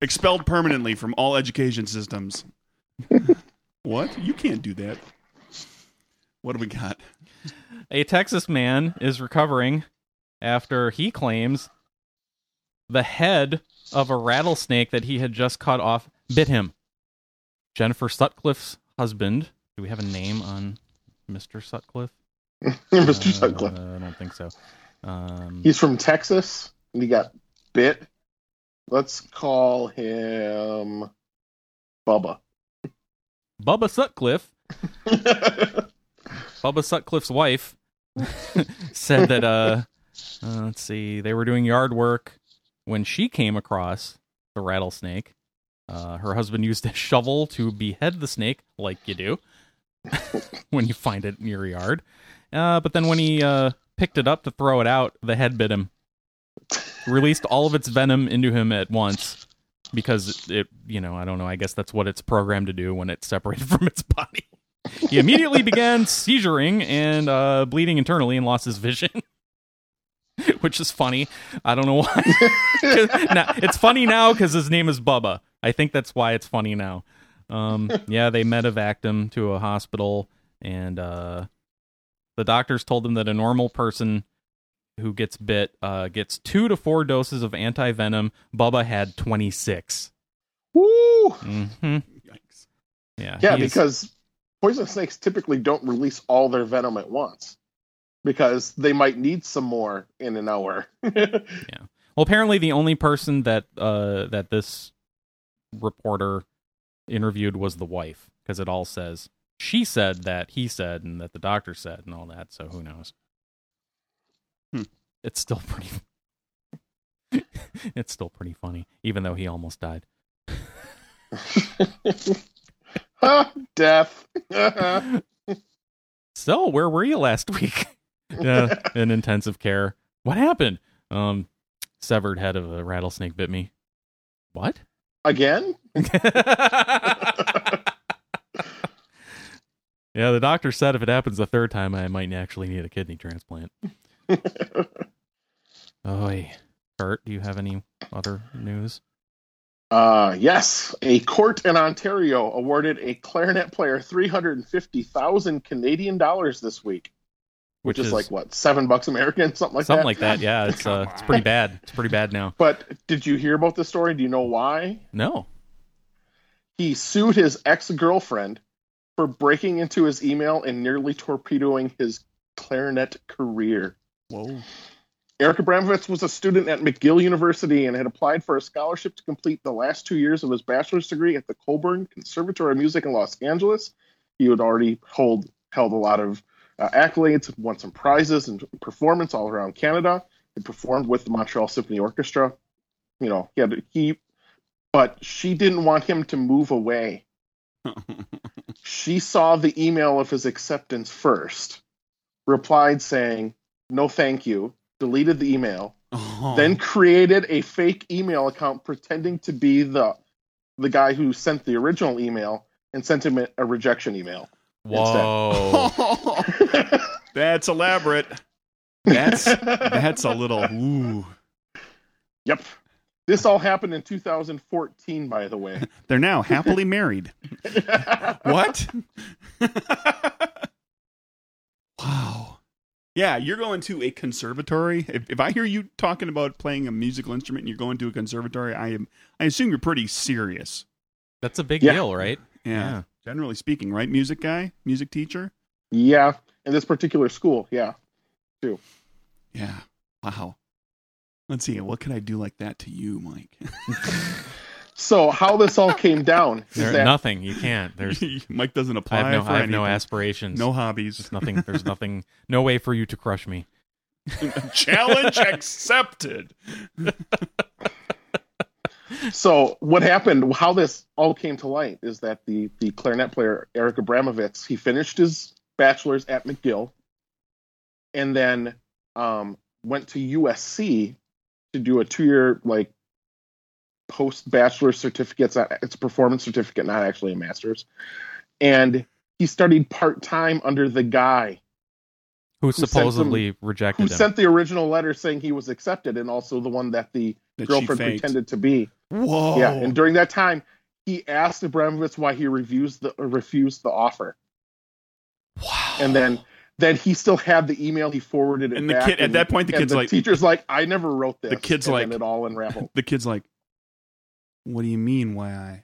S2: Expelled permanently from all education systems. what? You can't do that. What do we got?
S1: A Texas man is recovering after he claims the head of a rattlesnake that he had just cut off bit him. Jennifer Sutcliffe's husband. Do we have a name on Mr. Sutcliffe?
S3: Mr.
S1: Uh,
S3: Sutcliffe.
S1: I don't think so. Um,
S3: He's from Texas and he got bit. Let's call him Bubba. [LAUGHS]
S1: Bubba Sutcliffe, Bubba Sutcliffe's wife, [LAUGHS] said that, uh, uh, let's see, they were doing yard work when she came across the rattlesnake. Uh, her husband used a shovel to behead the snake, like you do [LAUGHS] when you find it in your yard. Uh, but then when he uh, picked it up to throw it out, the head bit him. Released all of its venom into him at once because it, you know, I don't know. I guess that's what it's programmed to do when it's separated [LAUGHS] from its body. He immediately began seizuring and uh, bleeding internally and lost his vision, [LAUGHS] which is funny. I don't know why. [LAUGHS] 'Cause now, it's funny now because his name is Bubba. I think that's why it's funny now. Um, yeah, they medevaced him to a hospital, and uh, the doctors told him that a normal person who gets bit uh, gets two to four doses of anti venom. Bubba had twenty six.
S3: Woo!
S1: Mm-hmm.
S2: Yikes.
S1: Yeah,
S3: Yeah,
S1: he's-
S3: because poison snakes typically don't release all their venom at once because they might need some more in an hour. [LAUGHS]
S1: well, apparently the only person that uh, that this reporter interviewed was the wife, because it all says she said that he said and that the doctor said and all that. So who knows?
S2: Hmm.
S1: It's still pretty. [LAUGHS] it's still pretty funny, even though he almost died.
S3: [LAUGHS] Ha, Death. [LAUGHS] yeah,
S1: so where were you last week [LAUGHS] yeah in intensive care what happened um severed head of a rattlesnake bit me what [LAUGHS]
S3: Again? [LAUGHS]
S1: yeah the doctor said if it happens the third time i might actually need a kidney transplant Oy. kurt do you have any other news
S3: Uh, yes, a court in Ontario awarded a clarinet player 350,000 Canadian dollars this week, which, is, like what, 7 bucks American, [LAUGHS] something like
S1: something
S3: that.
S1: like that yeah it's uh it's pretty bad it's pretty bad now
S3: But did you hear about the story? Do you know why?
S1: no
S3: He sued his ex-girlfriend for breaking into his email and nearly torpedoing his clarinet career.
S2: Whoa. [LAUGHS]
S3: Eric Abramovitz was a student at McGill University and had applied for a scholarship to complete the last two years of his bachelor's degree at the Colburn Conservatory of Music in Los Angeles. He had already hold, held a lot of uh, accolades, won some prizes and performance all around Canada. He performed with the Montreal Symphony Orchestra. You know, he had he, but she didn't want him to move away. She saw the email of his acceptance first, replied saying, No, thank you, deleted the email,
S2: Oh.
S3: then created a fake email account pretending to be the the guy who sent the original email and sent him a, a rejection email.
S1: whoa
S2: [LAUGHS] that's elaborate. That's that's a little. Ooh.
S3: [LAUGHS] Yep. This all happened in 2014, by the way.
S2: They're now happily married.
S1: [LAUGHS]
S2: What? [LAUGHS] wow. Yeah, you're going to a conservatory. If, if I hear you talking about playing a musical instrument and you're going to a conservatory, I am I assume you're pretty serious.
S1: [LAUGHS] that's a big
S3: Yeah.
S1: deal right
S2: Yeah.
S1: Yeah.
S2: Generally speaking, right? Music guy, music teacher.
S3: yeah, in this particular school, yeah.
S2: Yeah. Wow. Let's see. What could I do like that to you, Mike?
S3: So how this all came down is
S1: There-
S3: that
S1: nothing you can't
S2: [LAUGHS]
S1: there's
S2: Mike doesn't
S1: I
S2: apply
S1: have no,
S2: for
S1: I have no
S2: anything.
S1: aspirations.
S2: No hobbies.
S1: there's nothing. There's nothing. No way for you to crush me.
S2: [LAUGHS]
S1: [LAUGHS]
S2: Challenge accepted.
S3: so what happened how this all came to light is that the the clarinet player eric abramovitz he finished his bachelor's at mcgill and then um, went to usc to do a two-year like post bachelor certificate it's, not, it's a performance certificate not actually a master's and he studied part-time under the guy
S1: Who
S3: sent
S1: supposedly rejected
S3: who
S1: him?
S3: sent the original letter saying he was accepted and also the one that the
S2: That she
S3: girlfriend
S2: faked.
S3: pretended to be
S2: Whoa.
S3: yeah, and during that time, he asked Abramovich why he refused the or refused the offer,
S2: wow.
S3: and then then he still had the email. He forwarded it,
S2: And the
S3: back,
S2: kid- at that point, the
S3: and
S2: kid's like-
S3: teacher's like, I never wrote this.
S2: The kid's
S3: and
S2: like-
S3: then it all unraveled.
S2: the kid's like, "What do you mean why I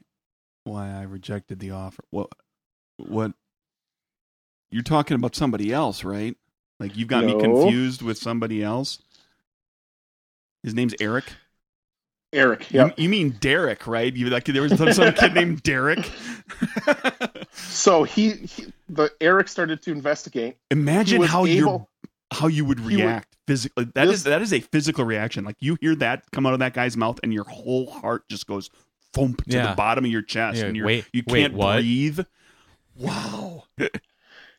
S2: why I rejected the offer? What what You're talking about somebody else, right? Like you've got me
S3: No.
S2: confused with somebody else." His name's Eric.
S3: Eric, yeah.
S2: You, you mean Derek, right? You like there was some, some kid
S3: [LAUGHS]
S2: named Derek.
S3: So he, he the Eric started to investigate. He
S2: Imagine
S3: was
S2: how you
S3: able-
S2: how you would
S3: would-
S2: react physically. That is
S3: This-
S2: that is a physical reaction. Like you hear that come out of that guy's mouth, and your whole heart just goes thump to
S1: Yeah.
S2: the bottom of your chest,
S1: Yeah,
S2: and you're,
S1: wait-
S2: you
S1: wait,
S2: can't
S1: what?
S2: breathe. Wow.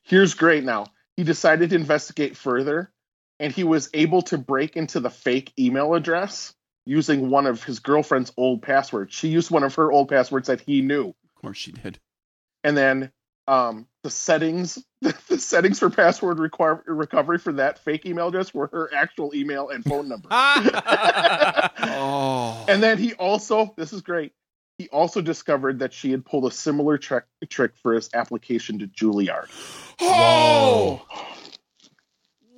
S3: Here's great now. He decided to investigate further, and he was able to break into the fake email address using one of his girlfriend's old passwords. She used one of her old passwords that he knew.
S2: Of course
S3: [LAUGHS]
S2: she did.
S3: and then um, the settings [LAUGHS] the settings for password require, recovery for that fake email address were her actual email and phone number
S2: [LAUGHS]
S1: [LAUGHS]
S2: Oh.
S3: and then he also this is great he also discovered that she had pulled a similar trick trick for his application to juilliard
S2: oh.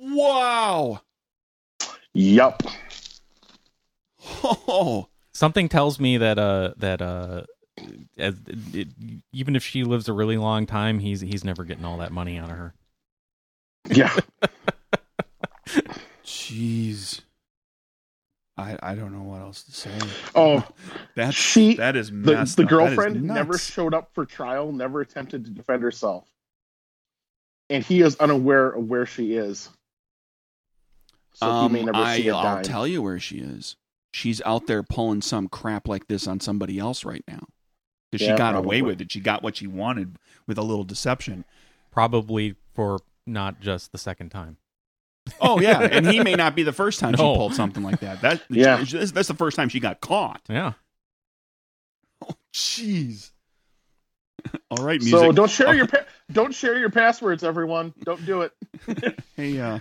S2: Wow.
S3: Yup. [LAUGHS]
S2: Oh,
S1: Something tells me that uh that uh as, it, even if she lives a really long time, he's he's never getting all that money out of her.
S3: Yeah.
S2: jeez. I I don't know what else to say.
S3: Oh,
S2: [LAUGHS] That's
S3: she
S2: that is
S3: the,
S2: messed
S3: the
S2: up. That is
S3: girlfriend never
S2: nuts.
S3: showed up for trial, never attempted to defend herself. And he is unaware of where she is. So
S2: um,
S3: he may never
S2: I,
S3: see a
S2: I'll
S3: dime.
S2: tell you where she is. She's out there pulling some crap like this on somebody else right now. Because
S3: Yeah,
S2: she got
S3: probably.
S2: away with it. She got what she wanted with a little deception.
S1: Probably for not just the second time.
S2: [LAUGHS] Oh yeah, and he may not be the first time she
S1: No.
S2: pulled something like that. That
S3: [LAUGHS] Yeah.
S2: that's, that's the first time she got caught.
S1: [LAUGHS] Yeah.
S2: Oh jeez. [LAUGHS] All right, music. Oh.
S3: so don't share your pa- don't share your passwords, everyone. Don't do it.
S2: Hey, uh.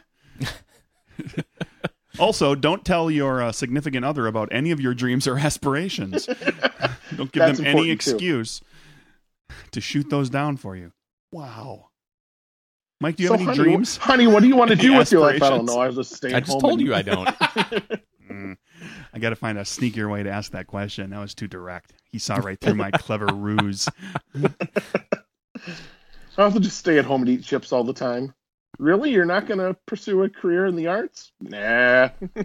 S2: also, don't tell your uh, significant other about any of your dreams or
S3: [LAUGHS]
S2: aspirations. don't give
S3: That's
S2: them any
S3: important, too.
S2: excuse to shoot those down for you. Wow. Mike, do you
S3: So,
S2: have any
S3: honey,
S2: dreams?
S3: honey? What do you want to do with your life? I don't
S2: Aspirations.
S3: know. I was just staying.
S1: I just
S3: home
S1: told
S3: and-
S1: you I
S2: [LAUGHS]
S1: don't.
S2: Mm. I got to find a sneakier way to ask that question. That was too direct. He saw right through my
S3: [LAUGHS]
S2: clever ruse.
S3: [LAUGHS] I have to just stay at home and eat chips all the time. Really, you're not going to pursue a career in the arts? Nah. [LAUGHS]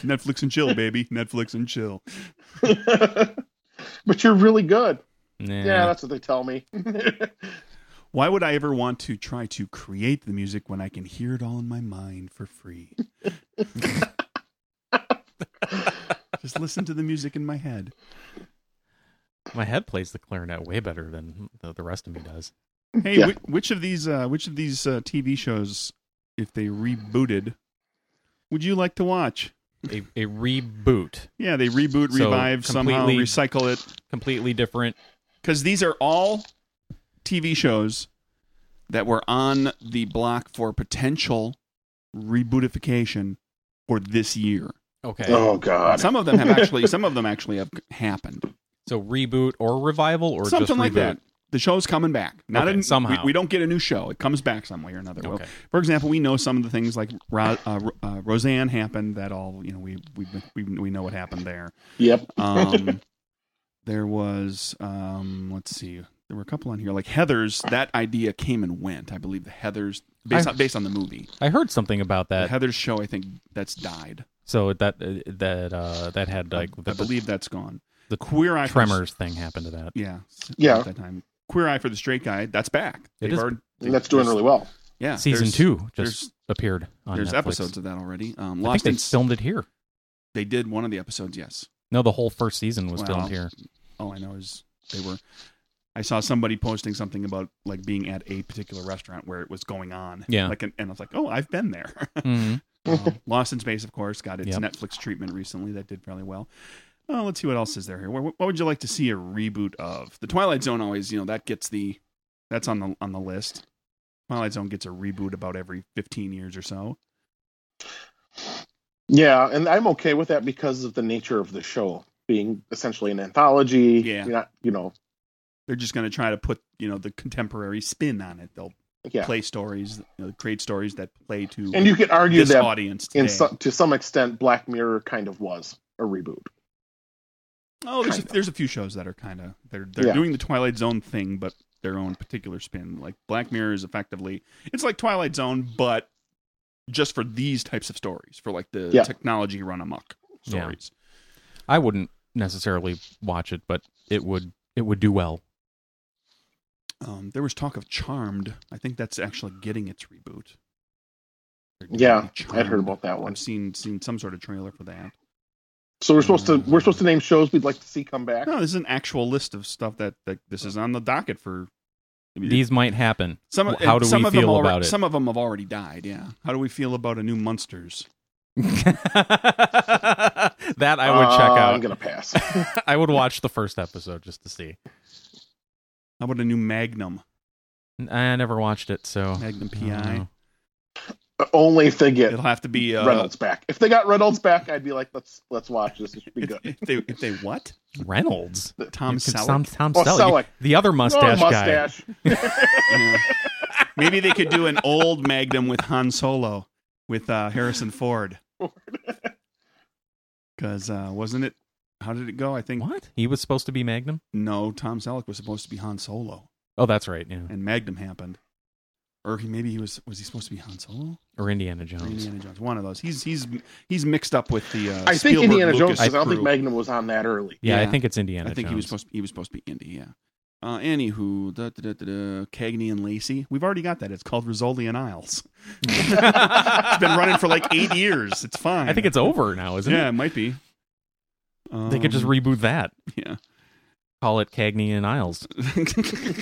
S2: Netflix and chill, baby. Netflix and chill.
S3: but you're really good.
S1: Nah.
S3: Yeah, that's what they tell me. [LAUGHS]
S2: Why would I ever want to try to create the music when I can hear it all in my mind for free? [LAUGHS] Just listen to the music in my head.
S1: My head plays the clarinet way better than the, the rest of me does.
S2: Hey,
S3: Yeah.
S2: whi- which of these uh, which of these uh, TV shows, if they rebooted, would you like to watch?
S1: A, a reboot,
S2: Yeah, they reboot,
S1: So,
S2: revive, somehow
S1: completely-
S2: recycle it.
S1: completely different.
S2: because these are all TV shows that were on the block for potential rebootification for this year.
S1: Okay.
S3: oh, God.
S2: Some of
S1: [LAUGHS]
S2: them have actually, some of them actually have happened.
S1: So reboot or revival or
S2: Something
S1: just
S2: like
S1: reboot?
S2: that. The show's coming back. Not
S1: Okay,
S2: a,
S1: somehow.
S2: we, we don't get a new show. It comes back some way or another. Well,
S1: Okay.
S2: for example, we know some of the things like Ro- uh, Ro- uh, Roseanne happened. That all you know, we we we, we know what happened there.
S3: Yep.
S1: [LAUGHS]
S2: Um, there was, um, let's see, there were a couple on here like Heather's. That idea came and went. I believe the Heather's based
S1: I-
S2: on based on the movie.
S1: I heard something about
S2: The
S1: that.
S2: Heather's show, I think that's died.
S1: so that that uh, that had like
S2: I
S1: the,
S2: believe that's gone.
S1: the
S2: Queer Eye for-
S1: tremors thing happened to that.
S2: yeah, s-
S3: Yeah.
S2: At that time, Queer Eye for the Straight Guy. That's back.
S1: It
S2: They've
S1: is-
S2: already- they-
S3: And that's doing
S2: there's-
S3: really well.
S2: Yeah,
S1: Season
S2: there's-
S1: two
S2: there's-
S1: just appeared on
S2: There's
S1: Netflix.
S2: episodes of that already.
S1: I
S2: Um,
S1: think
S2: Lost
S1: they
S2: in S-
S1: filmed it here.
S2: they did one of the episodes. Yes.
S1: No, the whole first season was
S2: Wow.
S1: filmed
S2: [LAUGHS]
S1: here.
S2: all I know is they were. I saw somebody posting something about like being at a particular restaurant where it was going on.
S1: Yeah.
S2: Like, and, and I was like, oh, I've been there. [LAUGHS]
S1: Mhm.
S2: Um, [LAUGHS] Lost in Space, of course, got its
S1: Yep.
S2: Netflix treatment recently. That did fairly well. Uh, let's see what else is there here. What, what would you like to see a reboot of? The Twilight Zone always, you know, that gets the that's on the on the list. Twilight Zone gets a reboot about every fifteen years or so.
S3: Yeah, and I'm okay with that because of the nature of the show being essentially an anthology.
S2: Yeah.
S3: You're Not, you know,
S2: They're just going to try to put you know the contemporary spin on it. They'll
S3: yeah.
S2: play stories, you know, create stories that play to
S3: And you could argue
S2: this
S3: that
S2: audience today.
S3: in some, to some extent, Black Mirror kind of was a reboot.
S2: Oh, there's a,
S3: Kind of.
S2: there's a few shows that are kind of they're they're
S3: Yeah.
S2: doing the Twilight Zone thing, but their own particular spin. Like Black Mirror is effectively it's like Twilight Zone, but just for these types of stories, for like the
S3: Yeah.
S2: technology run amok
S1: Yeah.
S2: stories.
S1: I wouldn't necessarily watch it, but it would it would do well.
S2: Um, there was talk of Charmed. I think that's actually getting its reboot. They're doing
S3: Yeah,
S2: Charmed.
S3: I'd heard about that one.
S2: I've seen seen some sort of trailer for that.
S3: So we're supposed to we're supposed to name shows we'd like to see come back.
S2: Mm. No, this is an actual list of stuff that, that this is on the docket for.
S1: These might happen.
S2: Some of,
S1: How do
S2: some
S1: we
S2: of them
S1: feel
S2: alre-
S1: about it?
S2: Some of them have already died. Yeah. How do we feel about a new Munsters?
S1: [LAUGHS] that I would
S3: Uh, I'm
S1: check
S3: gonna pass. [LAUGHS]
S1: out. [LAUGHS] I would watch the first episode just to see.
S2: How about a new Magnum?
S1: I never watched it, so
S2: Magnum
S1: I don't
S2: PI.
S1: know.
S3: Only if they get
S2: It'll have to be uh,
S3: Reynolds back. If they got Reynolds back, I'd be like, let's let's watch this. It should be
S2: If,
S3: good.
S2: if they if they
S3: [LAUGHS]
S2: what?
S1: Reynolds.
S2: Tom
S1: You could-
S2: Selleck.
S1: Tom, Tom
S3: Oh,
S1: Selleck.
S3: Selleck.
S1: The other mustache,
S3: oh,
S1: guy.
S3: mustache.
S2: Yeah. Maybe they could do an old Magnum with Han Solo with uh, Harrison Ford. because uh, wasn't it? How did it go? I think
S1: What? He was supposed to be Magnum?
S2: no. Tom Selleck was supposed to be Han Solo,
S1: Oh, that's right. Yeah.
S2: and Magnum happened, or he maybe he was was he supposed to be Han Solo?
S1: Or Indiana
S2: Or
S1: Jones.
S2: Indiana Jones, one of those. He's he's he's mixed up with the. Uh,
S3: [LAUGHS] I think
S2: Spielberg
S3: Indiana Jones.
S2: Lucas
S3: 'cause I don't
S2: crew.
S3: think Magnum was on that early.
S1: Yeah, I
S2: Yeah.
S1: think it's Indiana
S2: I think he was
S1: Jones.
S2: supposed he was supposed to be Indy. Yeah. Uh, anywho, da, da, da, da, da, Cagney and Lacey. We've already got that. It's called Rizzoli and Isles. [LAUGHS] it's been running
S1: [LAUGHS]
S2: for like eight years. It's fine.
S1: I think it's over now, isn't
S2: yeah,
S1: it?
S2: it might be.
S1: They could just
S2: Um,
S1: reboot that.
S2: yeah.
S1: Call it Cagney and Isles.
S2: Um, [LAUGHS]
S3: [LAUGHS]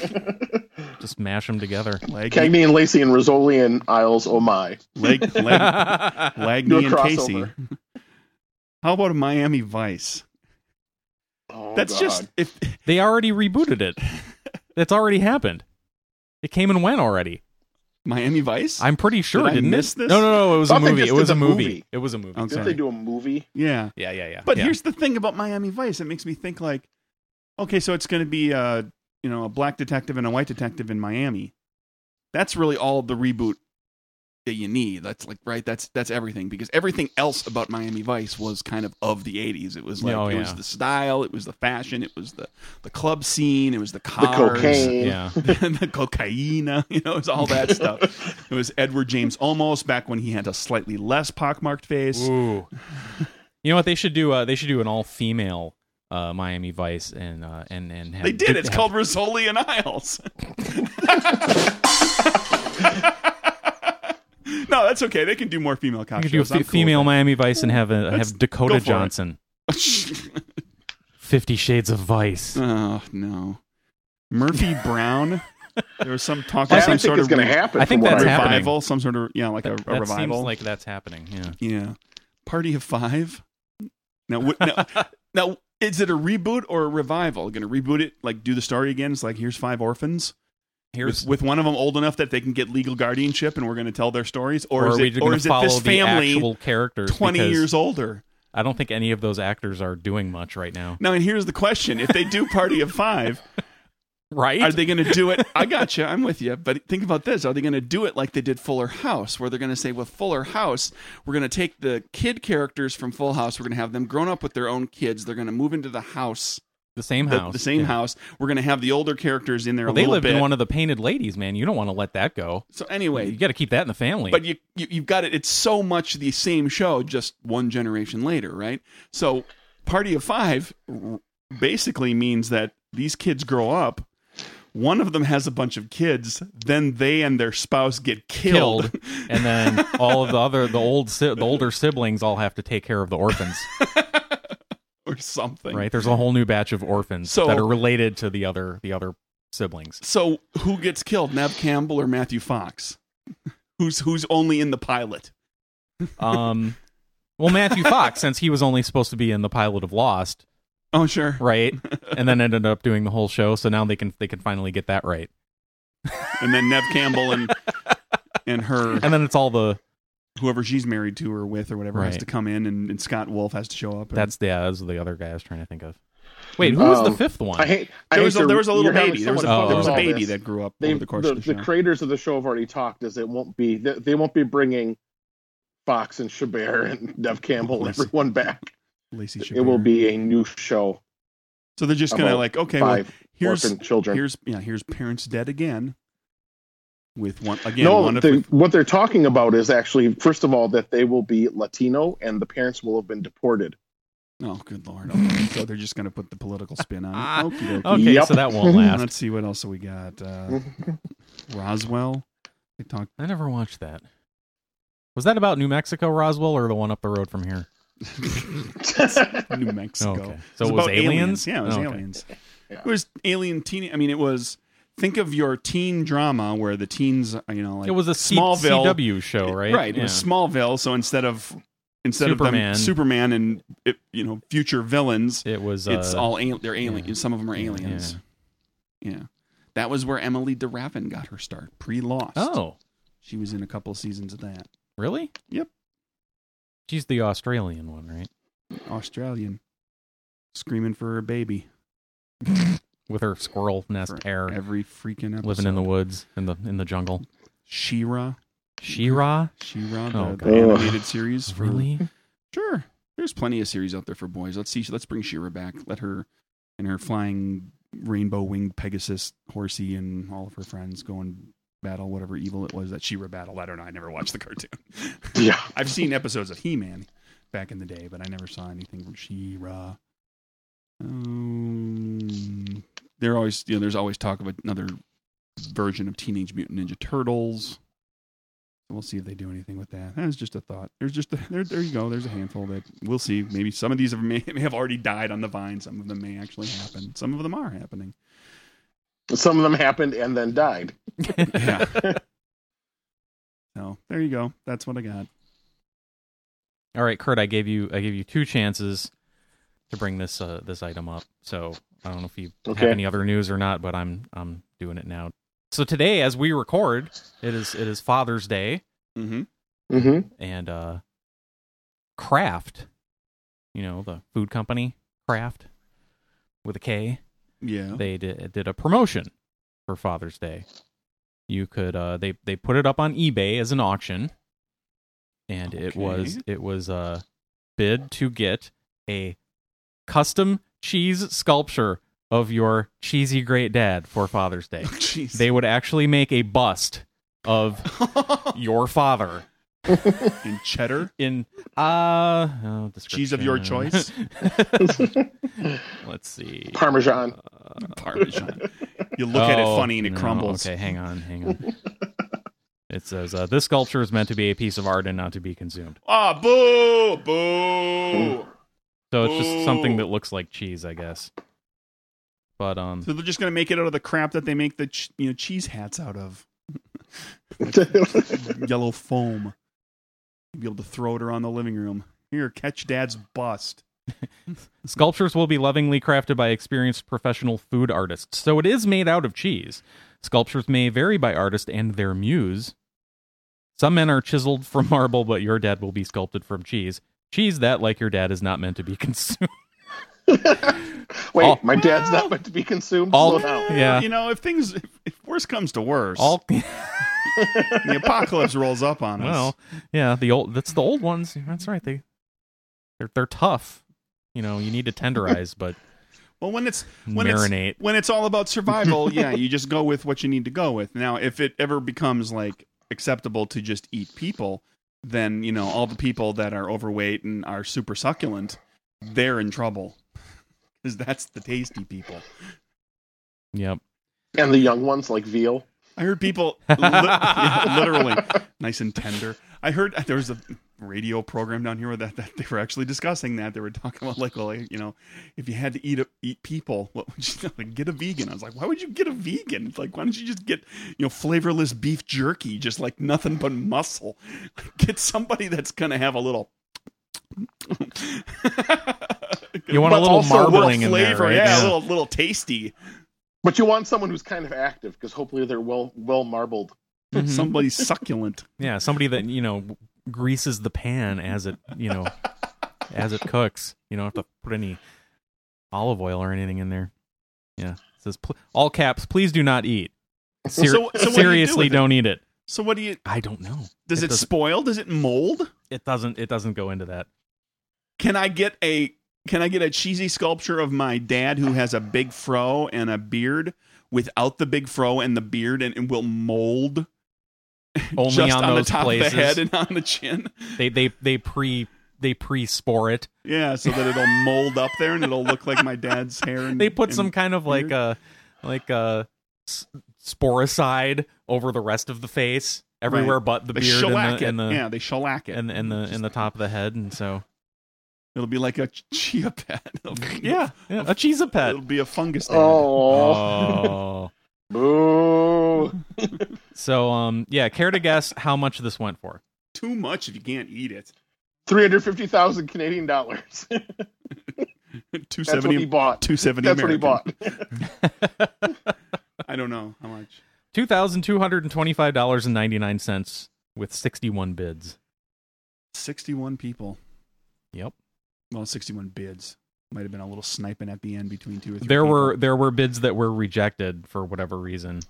S1: Just mash them together.
S2: Leg, leg,
S3: Cagney and Lacey and Rizzoli and Isles. Oh my!
S2: leg, leg,
S3: Do a
S2: Lagney and Casey.
S3: crossover.
S2: [LAUGHS] How about a Miami Vice?
S3: Oh,
S2: That's
S3: God.
S2: just if
S1: [LAUGHS]
S2: [LAUGHS]
S1: they already rebooted it. That's already happened. It came and went already.
S2: Miami Vice.
S1: I'm pretty sure.
S2: Did I
S1: didn't
S2: miss
S1: it?
S2: this?
S1: No, no, no. It was
S3: I
S1: a
S3: thought they
S1: movie.
S3: just
S1: It
S3: did
S1: was
S3: the
S1: a movie.
S3: movie.
S1: It was a movie.
S2: Okay.
S3: Didn't they do a movie?
S2: yeah.
S1: Yeah, yeah, yeah.
S2: But
S1: yeah.
S2: here's the thing about Miami Vice. It makes me think like, okay, so it's going to be uh, you know a black detective and a white detective in Miami. That's really all the reboot that you need. That's like right. That's that's everything because everything else about Miami Vice was kind of of the '80s. It was like
S1: Oh,
S2: it was
S1: yeah.
S2: the style, it was the fashion, it was the the club scene, it was the cars,
S3: cocaine.
S1: yeah.
S2: and [LAUGHS] the cocaine. [LAUGHS] You know, it was all that stuff. It was Edward James Olmos back when he had a slightly less pockmarked face.
S1: Ooh. [LAUGHS] you know what they should do? Uh, they should do an all-female uh, Miami Vice and uh, and and have,
S2: They did. It's
S1: have-
S2: called Rizzoli and Isles. [LAUGHS] no, that's okay. They can do more female
S1: You
S2: cop
S1: could do a
S2: shows. I'm
S1: fe- female Miami Vice and have a,
S2: That's-
S1: have Dakota
S2: go for it.
S1: Johnson.
S2: cool with that. [LAUGHS]
S1: Fifty Shades of Vice.
S2: oh no, Murphy Brown. There was some talk
S3: I don't
S2: of some
S3: think
S2: sort
S3: it's
S2: of
S3: going
S2: re-
S3: to happen.
S1: I think
S3: from what
S1: that's
S3: I-
S1: happening.
S2: revival, some sort of yeah, like a,
S1: That,
S2: a
S1: that
S2: revival.
S1: seems like that's happening. Yeah.
S2: yeah, Party of Five. Now, what,
S1: [LAUGHS]
S2: now, now, is it a reboot or a revival? Going to reboot it? Like do the story again? It's like here's five orphans.
S1: Here's
S2: with, with one of them old enough that they can get legal guardianship and we're going to tell their stories or,
S1: or,
S2: is
S1: are we
S2: it, or
S1: going
S2: is
S1: to
S2: it
S1: follow
S2: this
S1: the
S2: family
S1: actual characters?
S2: 20
S1: because
S2: years older
S1: I don't think any of those actors are doing much right now.
S2: now and here's the question if they do party
S1: [LAUGHS]
S2: of five
S1: Right?
S2: are they going to do it i gotcha i'm with you but think about this are they going to do it like they did fuller house where they're going to say with fuller house we're going to take the kid characters from full house we're going to have them grown up with their own kids they're going to move into the house
S1: the same
S2: the,
S1: house.
S2: the same
S1: yeah.
S2: house we're going to have the older characters in there
S1: Well,
S2: a
S1: they
S2: little
S1: lived
S2: bit
S1: in one of the painted ladies, man. You don't want to let that go.
S2: so anyway
S1: You got to keep that in the family.
S2: But you, you you've got it. It's so much the same show, just one generation later, right? So, Party of Five r- basically means that these kids grow up. One of them has a bunch of kids. Then they and their spouse get killed.
S1: killed, and then all of the other the old si- the older siblings all have to take care of the orphans,
S2: [LAUGHS] or something,
S1: right? There's a whole new batch of orphans
S2: So-
S1: that are related to the other the other siblings.
S2: So, who gets killed? Nev Campbell or Matthew Fox? [LAUGHS] Who's who's only in the pilot?
S1: Um, well, Matthew Fox, since he was only supposed to be in the pilot of Lost,
S2: Oh, sure.
S1: right, and then ended up doing the whole show, so now they can they can finally get that right,
S2: And then Nev
S1: [LAUGHS]
S2: Campbell and and her
S1: and then it's all the
S2: whoever she's married to or with or whatever has
S1: Right.
S2: to come in, and, and Scott Wolf has to show up. and-
S1: that's yeah, those are the other guy I was trying to think of. Wait, who was the
S3: Um,
S1: fifth one?
S3: I hate. I
S2: there
S3: hate
S2: was a,
S3: to-
S2: there was a little
S3: you're having
S2: baby.
S3: so
S2: There was a,
S3: much fun
S1: Oh.
S2: there was a
S3: with all
S2: baby
S3: this.
S2: that grew up
S3: They,
S2: over the course
S3: the,
S2: of the,
S3: the
S2: show.
S3: creators of the show have already talked. Is it won't be they, they won't be bringing Fox and Chabert and Dev Campbell and everyone back.
S2: Lacey
S3: It
S2: Chabert.
S3: will be a new show.
S2: So they're just gonna
S3: about
S2: like okay, well,
S3: Five
S2: here's
S3: orphan children.
S2: here's yeah, here's parents dead again. With one again,
S3: no,
S2: one of
S3: they- what they're talking about is actually first of all that they will be Latino and the parents will have been [LAUGHS] deported.
S2: oh good lord. Okay. so they're just gonna put the political spin
S3: [LAUGHS]
S2: on it. Okey-dokey.
S1: Ah, okay,
S3: Yep.
S1: so that
S3: [LAUGHS]
S1: won't last.
S2: Let's see what else we got. Uh, Roswell. They talked.
S1: I never watched that. Was that about New Mexico, Roswell, or the one up the road from here?
S3: [LAUGHS]
S2: New Mexico.
S1: Oh, okay. So
S2: It's
S1: it was
S2: about
S1: aliens?
S2: Yeah, it was
S1: Oh, okay.
S2: aliens.
S3: Yeah.
S2: It was alien teen. I mean, it was. Think of your teen drama where the teens, uh, you know, like
S1: it was a C-
S2: Smallville
S1: CW show, right?
S2: Right. It was
S1: Yeah.
S2: Smallville. So instead of instead of them
S1: Superman.
S2: Superman and it, you know future villains,
S1: It was. Uh,
S2: it's all al- they're aliens.
S1: yeah.
S2: Some of them are
S1: Yeah,
S2: aliens. Yeah. That was where Emily DeRavin got her start. Pre-Lost.
S1: Oh,
S2: She was in a couple seasons of that.
S1: really?
S2: Yep.
S1: She's the Australian one, right?
S2: Australian. Screaming for her baby.
S1: With her squirrel nest
S2: For
S1: hair,
S2: every freaking episode. Mm-hmm.
S1: living in the woods in the in the jungle.
S2: Shira.
S1: Shira,
S2: Shira, the,
S1: Oh,
S2: the
S1: God.
S2: animated series. for-
S1: really?
S2: Sure. There's plenty of series out there for boys. Let's see. Let's bring Shira back. Let her and her flying rainbow winged Pegasus horsey and all of her friends go and battle whatever evil it was that Shira battled. I don't know. I never watched the cartoon. [LAUGHS]
S3: Yeah.
S2: I've seen episodes of He Man back in the day, but I never saw anything from She-Ra. Um, there always, you know, there's always talk of another version of Teenage Mutant Ninja Turtles. We'll see if they do anything with that. That was just a thought. There's just a, there. There you go. There's a handful that we'll see. Maybe some of these have, [LAUGHS] may, may have already died on the vine. Some of them may actually happen. Some of them are happening.
S3: Some of them happened and then died.
S2: Yeah. [LAUGHS] so there you go. That's what I got.
S1: All right, Kurt, I gave you I gave you two chances to bring this uh, this item up. So I don't know if you
S3: Okay.
S1: have any other news or not, but I'm I'm doing it now. So today, as we record, it is it is Father's Day,
S2: Mm-hmm.
S3: [LAUGHS] Mm-hmm.
S1: and uh, Kraft, you know the food company Kraft with a K,
S2: Yeah.
S1: they did, did a promotion for Father's Day. You could uh, they they put it up on eBay as an auction, and it was
S2: Okay.
S1: it was a bid to get a custom cheese sculpture of your cheesy great dad for Father's Day.
S2: [LAUGHS] Jeez.
S1: They would actually make a bust of your father
S2: in cheddar.
S1: in uh oh,
S2: Cheese of your
S1: description. [LAUGHS] Let's see.
S3: [LAUGHS] Parmesan.
S1: Uh, [LAUGHS]
S2: Parmesan. You look at it
S1: Oh,
S2: funny and it
S1: no.
S2: crumbles.
S1: Okay, hang on, hang on. [LAUGHS] it says uh, this sculpture is meant to be a piece of art and not to be consumed.
S2: Ah, boo, boo.
S1: So it's just something
S2: Ooh.
S1: that looks like cheese, I guess. But um,
S2: So they're just gonna make it out of the crap that they make the ch- you know cheese hats out of, yellow foam. You'll be able to throw it around the living room. Here, catch Dad's bust.
S1: sculptures will be lovingly crafted by experienced professional food artists. So it is made out of cheese. Sculptures may vary by artist and their muse. Some men are chiseled from [LAUGHS] marble, but your dad will be sculpted from cheese. Cheese that, like your dad, is not meant to be [LAUGHS] consumed.
S3: Wait,
S1: All-
S3: my dad's not meant to be consumed.
S1: All-
S3: Slow down.
S1: Yeah.
S2: You know, if things if, if worse comes to worse,
S1: All
S2: the apocalypse rolls up on
S1: [LAUGHS]
S2: us.
S1: Well, yeah, the old that's the old ones. That's right. They they're they're tough. You know, you need to tenderize, but
S2: Well, when it's when
S1: Marinate.
S2: it's when it's all about survival, yeah, you just go with what you need to go with. Now, if it ever becomes like acceptable to just eat people, then you know all the people that are overweight and are super succulent, they're in trouble [LAUGHS] because that's the tasty people.
S1: yep.
S3: And the young ones like veal.
S2: I
S1: [LAUGHS]
S2: heard people li- yeah, literally nice and tender. I heard there was a radio program down here where that, that they were actually discussing that they were talking about like well like, you know if you had to eat a, eat people what would you [LAUGHS] like, get a vegan I was like why would you get a vegan it's like why don't you just get you know flavorless beef jerky just like nothing but muscle [LAUGHS] get somebody that's gonna have
S1: [LAUGHS]
S2: a little
S1: You want a
S3: But
S1: little
S3: also what
S1: marbling in there,
S2: flavor
S1: right?
S2: yeah, a little little tasty
S3: But you want someone who's kind of active because hopefully they're well well marbled.
S1: Mhm.
S2: somebody succulent
S1: yeah, somebody that you know greases the pan as it you
S2: [LAUGHS]
S1: know as it cooks. You don't have to put any olive oil or anything in there. Yeah, it says pl- all caps. Please do not eat. Ser-
S2: So- so what do you do
S1: seriously,
S2: with it?
S1: don't eat it.
S2: so what do you
S1: I don't know.
S2: Does
S1: It
S2: it,
S1: doesn't-
S2: spoil? Does it mold?
S1: It doesn't. It doesn't go into that.
S2: Can I get a can I get a cheesy sculpture of my dad who has a big fro and a beard without the big fro and the beard and it will mold
S1: Only
S2: [LAUGHS] just
S1: on,
S2: on,
S1: those
S2: the top
S1: places.
S2: of the head and on the chin?
S1: they they they pre they pre spore it.
S2: Yeah, so that it'll mold up there and it'll look like my dad's hair. And,
S1: They put
S2: and-
S1: some kind of like uh like uh s- sporicide over the rest of the face everywhere but the
S2: they
S1: beard and
S2: shellac
S1: the and the,
S2: it. Yeah, they shellac it.
S1: and, and the and the top of the head and so
S2: it'll be like a ch- chia pet. [LAUGHS] It'll be-
S1: [LAUGHS] yeah, yeah a cheese a
S2: [LAUGHS]
S1: pet.
S2: it'll be a fungus. dad.
S1: Oh.
S3: Oh, boo!
S1: So um yeah, care to guess how much this went for? [LAUGHS]
S2: too much if you can't eat it. [LAUGHS]
S3: Three hundred fifty thousand Canadian dollars. [LAUGHS]
S2: Two
S3: That's what he
S2: seventy.
S3: bought.
S2: Two seventy.
S3: That's what he bought.
S2: I don't know how much.
S1: Two thousand two hundred and twenty five dollars and ninety nine cents with sixty one bids.
S2: 61 people.
S1: Yep.
S2: Well, 61 bids. Might have been a little sniping at the end between two or three.
S1: there
S2: people.
S1: were there were bids that were rejected for whatever reason.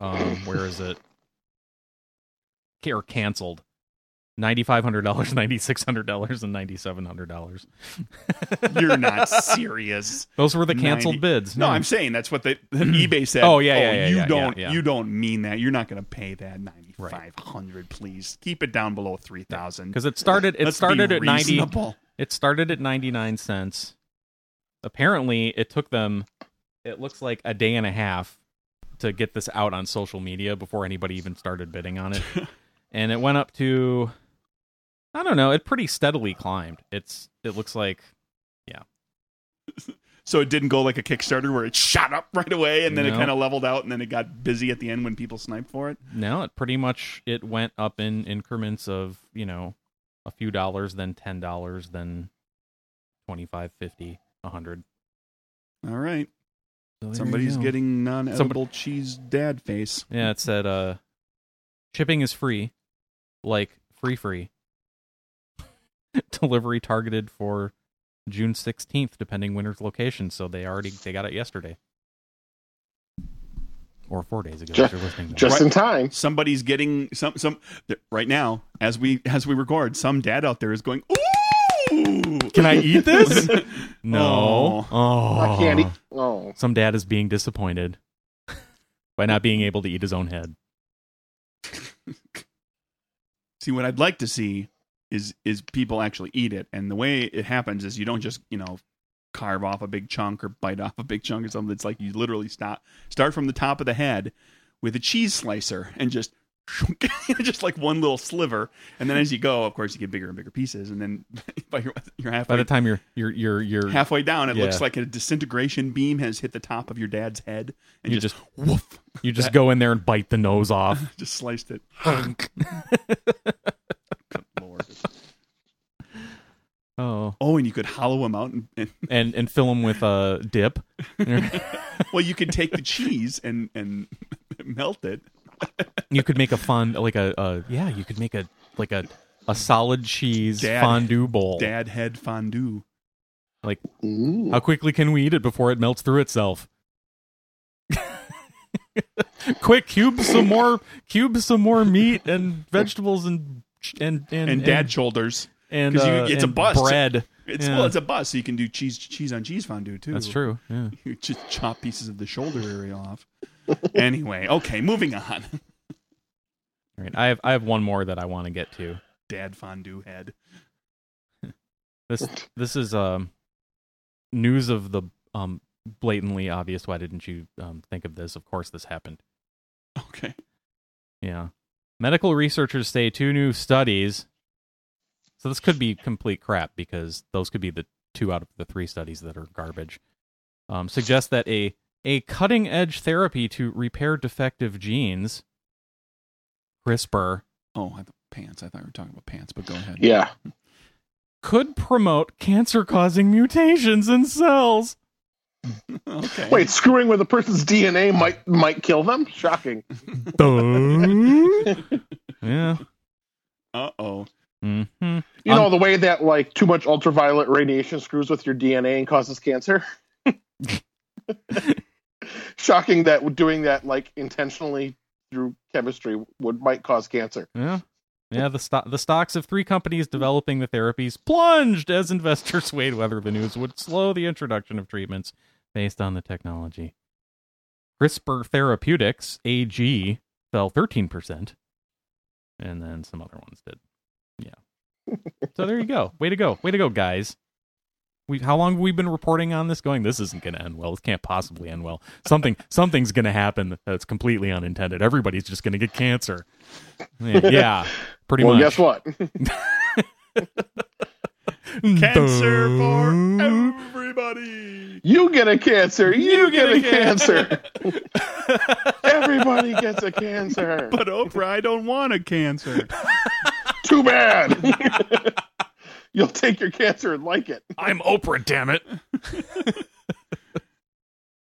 S1: Um, where is it? Ca- Or canceled. ninety five hundred dollars, ninety six hundred dollars, and ninety seven hundred dollars.
S2: You're not serious.
S1: [LAUGHS] Those were the canceled
S2: 90
S1: bids.
S2: No, I'm saying that's what the eBay said.
S1: Hmm. Oh, yeah, yeah, yeah,
S2: you
S1: yeah,
S2: don't
S1: yeah, yeah.
S2: you don't mean that. You're not going to pay that 9500 please. Keep it down below 3000.
S1: because it started. It
S2: Let's be
S1: started at ninety.
S2: reasonable.
S1: It started at ninety nine cents. Apparently, it took them. It looks like a day and a half to get this out on social media before anybody even started bidding
S2: [LAUGHS]
S1: on it, and it went up to. I don't know. It pretty steadily climbed. It's. It looks like
S2: So it didn't go like a Kickstarter where it shot up right away and then it
S1: No.
S2: kind of leveled out and then it got busy at the end when people sniped for it.
S1: No, it pretty much it went up in increments of you know a few dollars, then ten dollars, then twenty five, fifty, a hundred.
S2: All right.
S1: So there you
S2: Somebody's
S1: go.
S2: getting non-edible cheese dad face.
S1: yeah. It said uh, shipping is free, like free free. [LAUGHS] Delivery targeted for June sixteenth, depending winner's location. So they already they got it yesterday, or four days ago.
S3: Ju-
S1: if you're listening, to
S3: Just
S2: Right.
S3: in time.
S2: somebody's getting some some th- right now as we as we record some dad out there is going ooh
S1: this. Can I eat this? no.
S2: Oh.
S1: Oh,
S3: Not candy. Oh.
S1: Some dad is being disappointed [LAUGHS] by not being able to eat his own head.
S2: [LAUGHS] see what i'd like to see is is people actually eat it and the way it happens is you don't just you know carve off a big chunk or bite off a big chunk or something it's like you literally stop start from the top of the head with a cheese slicer and just [LAUGHS] just like one little sliver and then as you go of course you get bigger and bigger pieces and then [LAUGHS] by your, you're halfway
S1: By the time you're you're you're you're
S2: halfway down, it
S1: Yeah.
S2: looks like a disintegration beam has hit the top of your dad's head, and
S1: You
S2: you just, woof, [LAUGHS]
S1: you just go in there and bite the nose
S3: [LAUGHS]
S1: off.
S2: just sliced it. Lord.
S1: [LAUGHS] oh,
S2: Oh, and you could hollow him out, and, and
S1: and and fill him with a dip.
S2: well, you could take the cheese and and [LAUGHS] melt it.
S1: you could make a fun like a, a yeah. You could make a like a a solid cheese
S2: Dad-
S1: fondue bowl.
S2: Dad head fondue.
S1: Like
S3: Ooh.
S1: how quickly can we eat it before it melts through itself? [LAUGHS] Quick, cube some more cube some more meat and vegetables and and and,
S2: And, dad shoulders.
S1: and
S2: 'Cause you-
S1: uh,
S2: it's a
S1: and
S2: bust.
S1: bread.
S2: It's
S1: Yeah.
S2: well, it's a bus, so you can do cheese cheese on cheese fondue too.
S1: That's true. Yeah.
S2: [LAUGHS] You just chop pieces of the shoulder area off. anyway, okay, moving on. [LAUGHS]
S1: All right. I have I have one more that I want to get to.
S2: Dad fondue head.
S1: This this is um news of the um blatantly obvious. Why didn't you um, think of this? Of course, this happened.
S2: Okay.
S1: Yeah. Medical researchers say two new studies. So this could be complete crap because those could be the two out of the three studies that are garbage. Um, suggest that a a cutting edge therapy to repair defective genes, CRISPR,
S2: Oh, I thought pants. I thought we were talking about pants, but go ahead.
S3: Yeah.
S1: could promote cancer causing mutations in cells.
S2: [LAUGHS] Okay.
S3: Wait, screwing with a person's DNA might might kill them? Shocking.
S1: yeah.
S2: Uh oh.
S1: hmm
S3: You know the way that like too much ultraviolet radiation screws with your DNA and causes cancer. Shocking that doing that like intentionally through chemistry would might cause cancer.
S1: Yeah. Yeah, the stock the stocks of three companies developing the therapies plunged as investors weighed whether the news would slow the introduction of treatments based on the technology. CRISPR Therapeutics AG fell 13% and then some other ones did. Yeah.
S2: [LAUGHS]
S1: so there you go. Way to go. Way to go, guys. We how long have we been reporting on this going this isn't going to end well. This can't possibly end well. Something [LAUGHS] something's going to happen that's completely unintended. Everybody's just going to get cancer.
S2: [LAUGHS]
S1: Yeah, yeah, pretty
S3: well,
S1: much.
S3: guess what? [LAUGHS]
S1: Mm-hmm.
S2: Cancer for
S1: Boom.
S2: everybody.
S3: You get a cancer. You, get, a cancer. [LAUGHS] Everybody gets a cancer.
S2: But Oprah, I don't want a cancer.
S3: Too bad. [LAUGHS] You'll take your cancer and like it.
S1: I'm Oprah, damn it.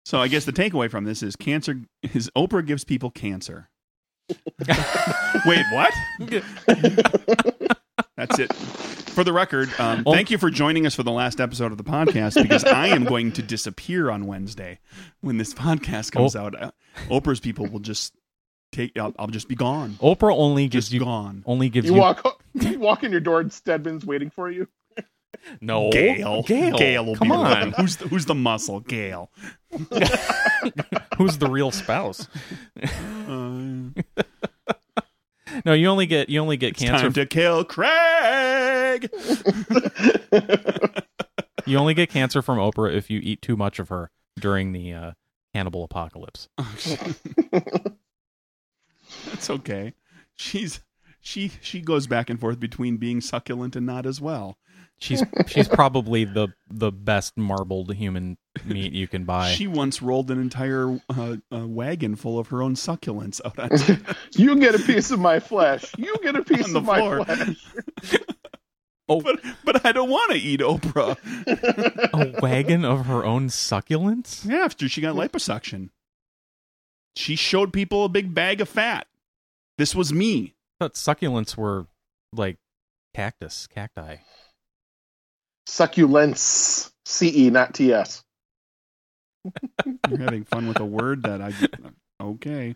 S2: So I guess the takeaway from this is cancer is Oprah gives
S1: [LAUGHS]
S2: people cancer. Wait, what? That's it. For the record, um,
S1: Oh.
S2: thank you for joining us for the last episode of the podcast because I am going to disappear on Wednesday when this podcast
S1: Oh.
S2: comes out. Uh, Oprah's people will just take. I'll, I'll just be gone.
S1: Oprah only gives
S2: Just
S1: Oh, you
S2: gone.
S1: only gives
S3: You
S1: you,
S3: walk. you walk in your door and Stedman's waiting for you. [LAUGHS]
S1: No,
S2: Gail.
S1: Gail,
S2: Gail will
S1: come
S2: be
S1: on.
S2: running. [LAUGHS] Who's the, who's the muscle? Gail.
S1: Who's the real spouse?
S2: Uh,
S1: [LAUGHS] No, you only get you only get
S2: it's
S1: cancer.
S2: time to kill Craig.
S1: you only get cancer from Oprah if you eat too much of her during the uh, cannibal apocalypse.
S2: That's okay. She's she she goes back and forth between being succulent and not as well.
S1: She's she's probably the the best marbled human meat you can buy.
S2: She once rolled an entire uh, uh, wagon full of her own succulents [LAUGHS] out on,
S3: you get a piece of my flesh. You get a piece
S2: on the
S3: of my
S2: floor.
S3: flesh.
S2: But but I don't want to eat Oprah [LAUGHS] Oh.
S1: a wagon of her own succulents?
S2: after she got liposuction. She showed people a big bag of fat. This was me.
S1: I thought succulents were like cactus, cacti.
S3: Succulents. CE, not TS.
S2: You're having fun with a word that I okay.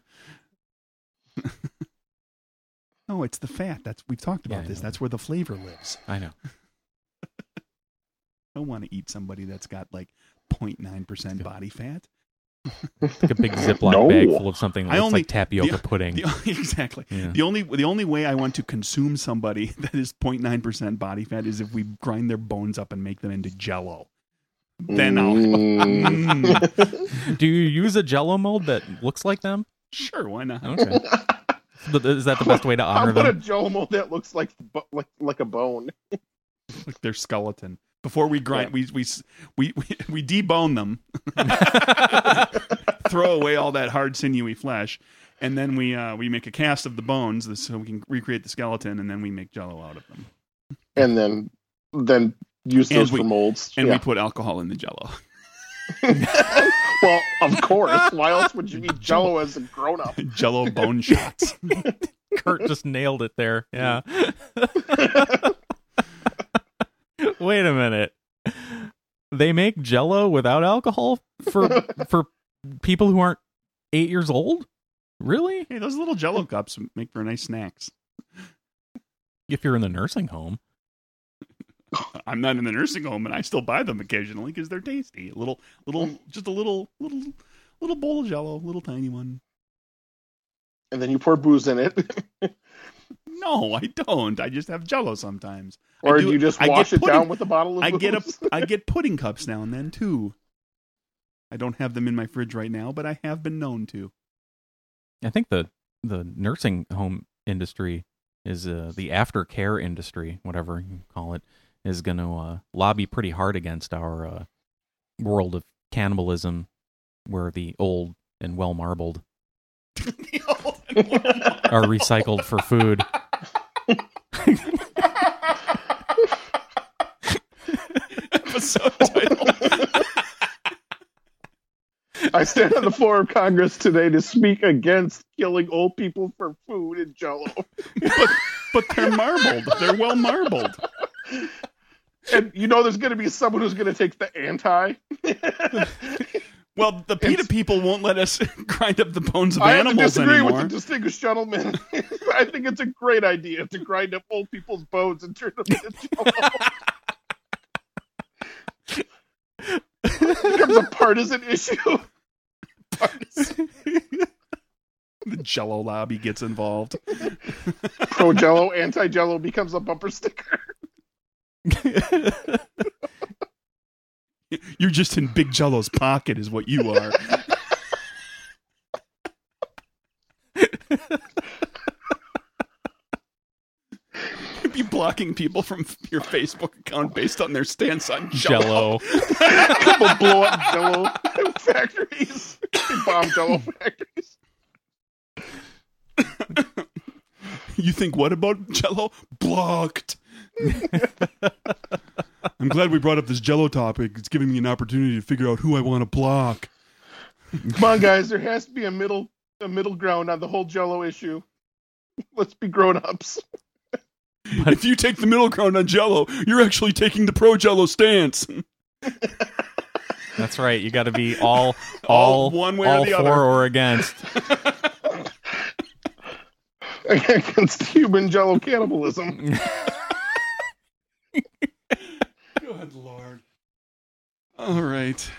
S2: [LAUGHS] no, it's the fat. That's we've talked
S1: Yeah,
S2: about
S1: I
S2: this.
S1: know.
S2: That's where the flavor lives.
S1: I know.
S2: I don't want to eat somebody that's got like 0.9% body fat.
S1: Like a
S2: [LAUGHS]
S1: big Ziploc
S3: No.
S1: bag full of something that
S2: I
S1: looks
S2: only-
S1: like tapioca
S2: the-
S1: pudding.
S2: The only, [LAUGHS] exactly.
S1: Yeah.
S2: The only the only way I want to consume somebody [LAUGHS] that is 0.9% body fat is if we grind their bones up and make them into jello. Then I'll [LAUGHS]
S3: Mm.
S2: Mm,
S1: Do you use a jello mold that looks like them?
S2: sure, why not? [LAUGHS]
S1: Okay. Th- Is that the best way to
S3: How
S1: honor
S3: about a
S1: them?
S3: Jomo that looks like bo- like like a bone?
S2: Like their skeleton. Before we grind we, we s- we we we debone them, throw away all that hard sinewy flesh, and then we uh, we make a cast of the bones so we can recreate the skeleton and then we make jello out of them.
S3: And then then use
S2: And
S3: those
S2: we-
S3: for molds.
S2: And we
S3: Yeah.
S2: put alcohol in the jello.
S3: [LAUGHS]
S2: [LAUGHS]
S3: well, of course. Why else would you
S2: [LAUGHS]
S3: eat Jello as a grown up?
S2: jello bone shots.
S1: [LAUGHS] Kurt just nailed it there. Yeah. [LAUGHS] Wait a minute. They make jello without alcohol for for people who aren't 8 years old? Really?
S2: Hey, those little jello cups make for nice snacks.
S1: If you're in the nursing home.
S2: I'm not in the nursing home, and I still buy them occasionally because they're tasty. A little, little, just a little, little, little bowl of jello, little tiny one.
S3: And then you pour booze in it, [LAUGHS]
S2: No, I don't. I just have jello sometimes. I
S3: or
S2: do-
S3: do you just
S2: I get
S3: wash it down
S2: pudding-
S3: with a bottle of
S2: I get a, [LAUGHS]
S3: booze?
S2: I get pudding cups now and then too. I don't have them in my fridge right now, but I have been known to.
S1: I think the the nursing home industry is uh, the aftercare industry, whatever you call it, is going to uh, lobby pretty hard against our uh, world of cannibalism, where the old and well marbled
S2: [LAUGHS]
S1: are recycled for food. [LAUGHS]
S2: Episode title.
S3: I stand on the floor of Congress today to speak against killing old people for food and Jello,
S2: but, but they're marbled. They're well marbled.
S3: and you know there's going to be someone who's going to take the anti.
S2: Well, the PETA
S3: It's-
S2: people won't let us [LAUGHS] grind up the bones of
S3: I have to
S2: animals
S3: disagree
S2: anymore.
S3: with the distinguished gentleman. [LAUGHS] I think it's a great idea to grind up old people's bones and turn them into
S2: [LAUGHS]
S3: jello. becomes a partisan issue.
S2: The Jello lobby gets involved.
S3: Pro jello, anti jello becomes a bumper sticker. [LAUGHS]
S2: You're just in Big Jello's pocket, is what you are. [LAUGHS] You'd be blocking people from your Facebook account based on their stance on
S1: Jello.
S2: Jello.
S3: People blow up jello factories. They bomb jello factories.
S2: You think what about Jello? Blocked. [LAUGHS] I'm glad we brought up this Jello topic. It's giving me an opportunity to figure out who I want to block.
S3: Come on, guys. There has to be a middle a middle ground on the whole jello issue. Let's be grown ups.
S2: If you take the middle ground on Jello, you're actually taking the pro Jello stance. [LAUGHS]
S1: That's right. You got to be all
S2: [LAUGHS] All
S1: all,
S2: one way or
S1: all
S2: [LAUGHS] the
S1: for
S2: other.
S1: or against.
S3: [LAUGHS] against human jello cannibalism.
S2: Good lord. All right.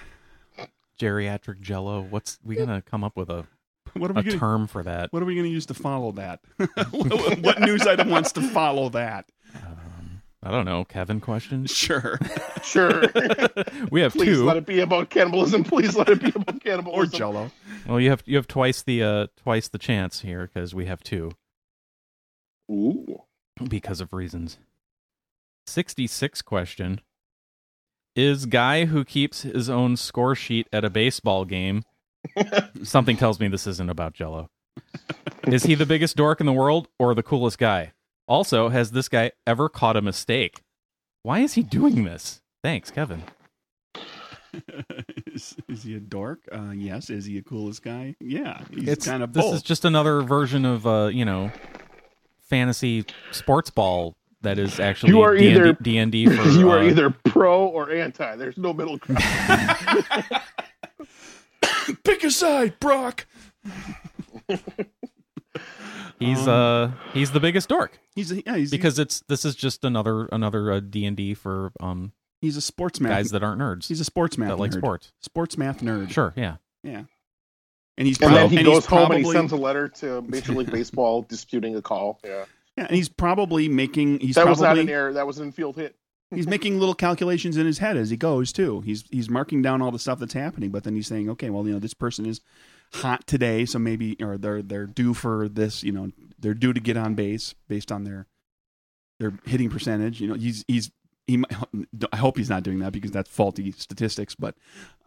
S1: Geriatric Jello. What's we gonna come up with a,
S2: What are we
S1: a
S2: going to
S1: term for that?
S2: what are we going to use to follow that? [LAUGHS] what what news item wants to follow that?
S1: Um, I don't know. Kevin questions.
S2: Sure.
S3: Sure.
S1: [LAUGHS] we have
S3: [LAUGHS] Please
S1: two.
S3: let it be about cannibalism. Please let it be about
S2: Or
S3: cannibalism.
S2: jello. [LAUGHS]
S1: Well, you have you have twice the uh twice the chance here because we have two
S3: Ooh.
S1: because of reasons. Sixty six question: Is guy who keeps his own score sheet at a baseball game? something tells me this isn't about Jello. Is he the biggest dork in the world or the coolest guy? Also, has this guy ever caught a mistake? Why is he doing this? Thanks, Kevin.
S2: is, is he a dork? Uh, yes. Is he a coolest guy? Yeah. He's kind of
S1: this
S2: both.
S1: is just another version of uh, you know, fantasy sports ball that is actually
S3: You are
S1: D&D,
S3: either- [LAUGHS]
S1: D&D for
S3: you are
S1: uh,
S3: either pro or anti. There's no middle ground.
S2: Pick a side, Brock.
S1: he's
S2: um,
S1: uh he's the biggest dork
S2: He's a, yeah, he's,
S1: because it's this is just another another uh, D&D for um
S2: he's a sports math.
S1: guys that aren't nerds
S2: he's a sports math
S1: that like
S2: nerd.
S1: sports.
S2: Sports math nerd.
S1: Sure, yeah.
S2: And he's
S3: And
S2: prob-
S3: then he
S2: he's
S3: goes home and he
S2: probably-
S3: sends a letter to Major League Baseball disputing a call. Yeah.
S2: Yeah, and he's probably making he's
S3: that
S2: probably
S3: was not an error. That was an infield hit.
S2: he's making little calculations in his head as he goes too. He's he's marking down all the stuff that's happening, but then he's saying, okay, well, you know, this person is hot today, so maybe or they're they're due for this, you know, they're due to get on base based on their their hitting percentage. You know, he's he's he. might- I hope he's not doing that because that's faulty statistics. But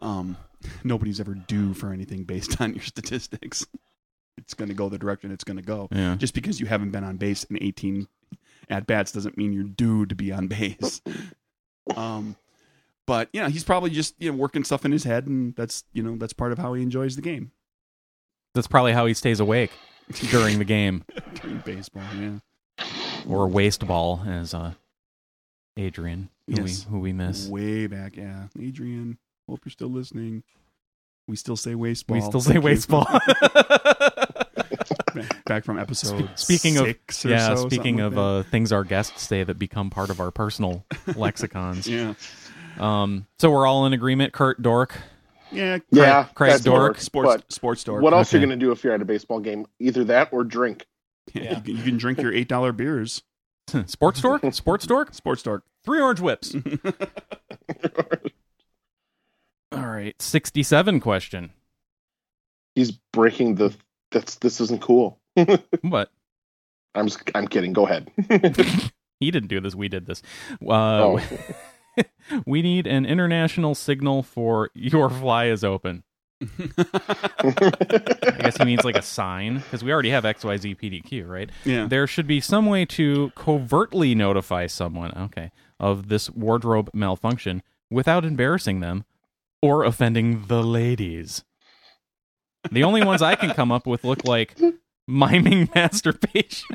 S2: um, nobody's ever due for anything based [LAUGHS] on your statistics. It's going to go the direction it's going to go.
S1: Yeah.
S2: Just because you haven't been on base in 18 at bats doesn't mean you're due to be on
S1: [LAUGHS]
S2: base. Um, but yeah, he's probably just you know working stuff in his head, and that's you know that's part of how he enjoys the game
S1: That's probably how he stays awake [LAUGHS] during the game
S2: [LAUGHS] during baseball. Yeah,
S1: or waste ball as uh Adrian who we
S2: Yes.
S1: who we miss.
S2: way back. Yeah, Adrian, hope you're still listening. We still say waste ball.
S1: We still say
S2: Thank you.
S1: waste ball.
S2: [LAUGHS] back from episode.
S1: Spe- speaking of-
S2: six or
S1: yeah,
S2: so, something
S1: speaking
S2: like
S1: of
S2: that.
S1: uh, things our guests say that become part of our
S2: [LAUGHS]
S1: personal lexicons.
S2: yeah,
S1: Um, so we're all in agreement. Kurt Dork. [LAUGHS]
S2: yeah,
S3: Yeah.
S1: Christ
S3: that's
S1: dork,
S3: dork.
S2: sports sports store.
S3: But what else are you
S1: Okay.
S3: going to do if you're at a baseball game? Either that or drink.
S2: Yeah,
S1: Yeah.
S2: You, can, you can drink your eight dollar beers.
S1: Sports Dork.
S2: [LAUGHS]
S1: Sports Dork.
S2: Sports
S1: [LAUGHS]
S2: dork.
S1: Three orange
S2: [LAUGHS]
S1: whips. all right. 67
S2: [LAUGHS]
S1: question.
S3: He's breaking the. That's this isn't cool.
S1: What?
S3: I'm just, I'm kidding. Go
S2: [LAUGHS]
S3: ahead.
S1: He didn't do this. We did this. Uh,
S3: [LAUGHS] Oh.
S1: [LAUGHS] We need an international signal for your fly is open. I guess he means like a sign because we already have XYZ PDQ, right?
S2: yeah,
S1: [LAUGHS] There should be some way to covertly notify someone, okay, of this wardrobe malfunction without embarrassing them or offending the ladies. The only ones I can come up with look like miming [LAUGHS]
S2: [LAUGHS]
S1: masturbation.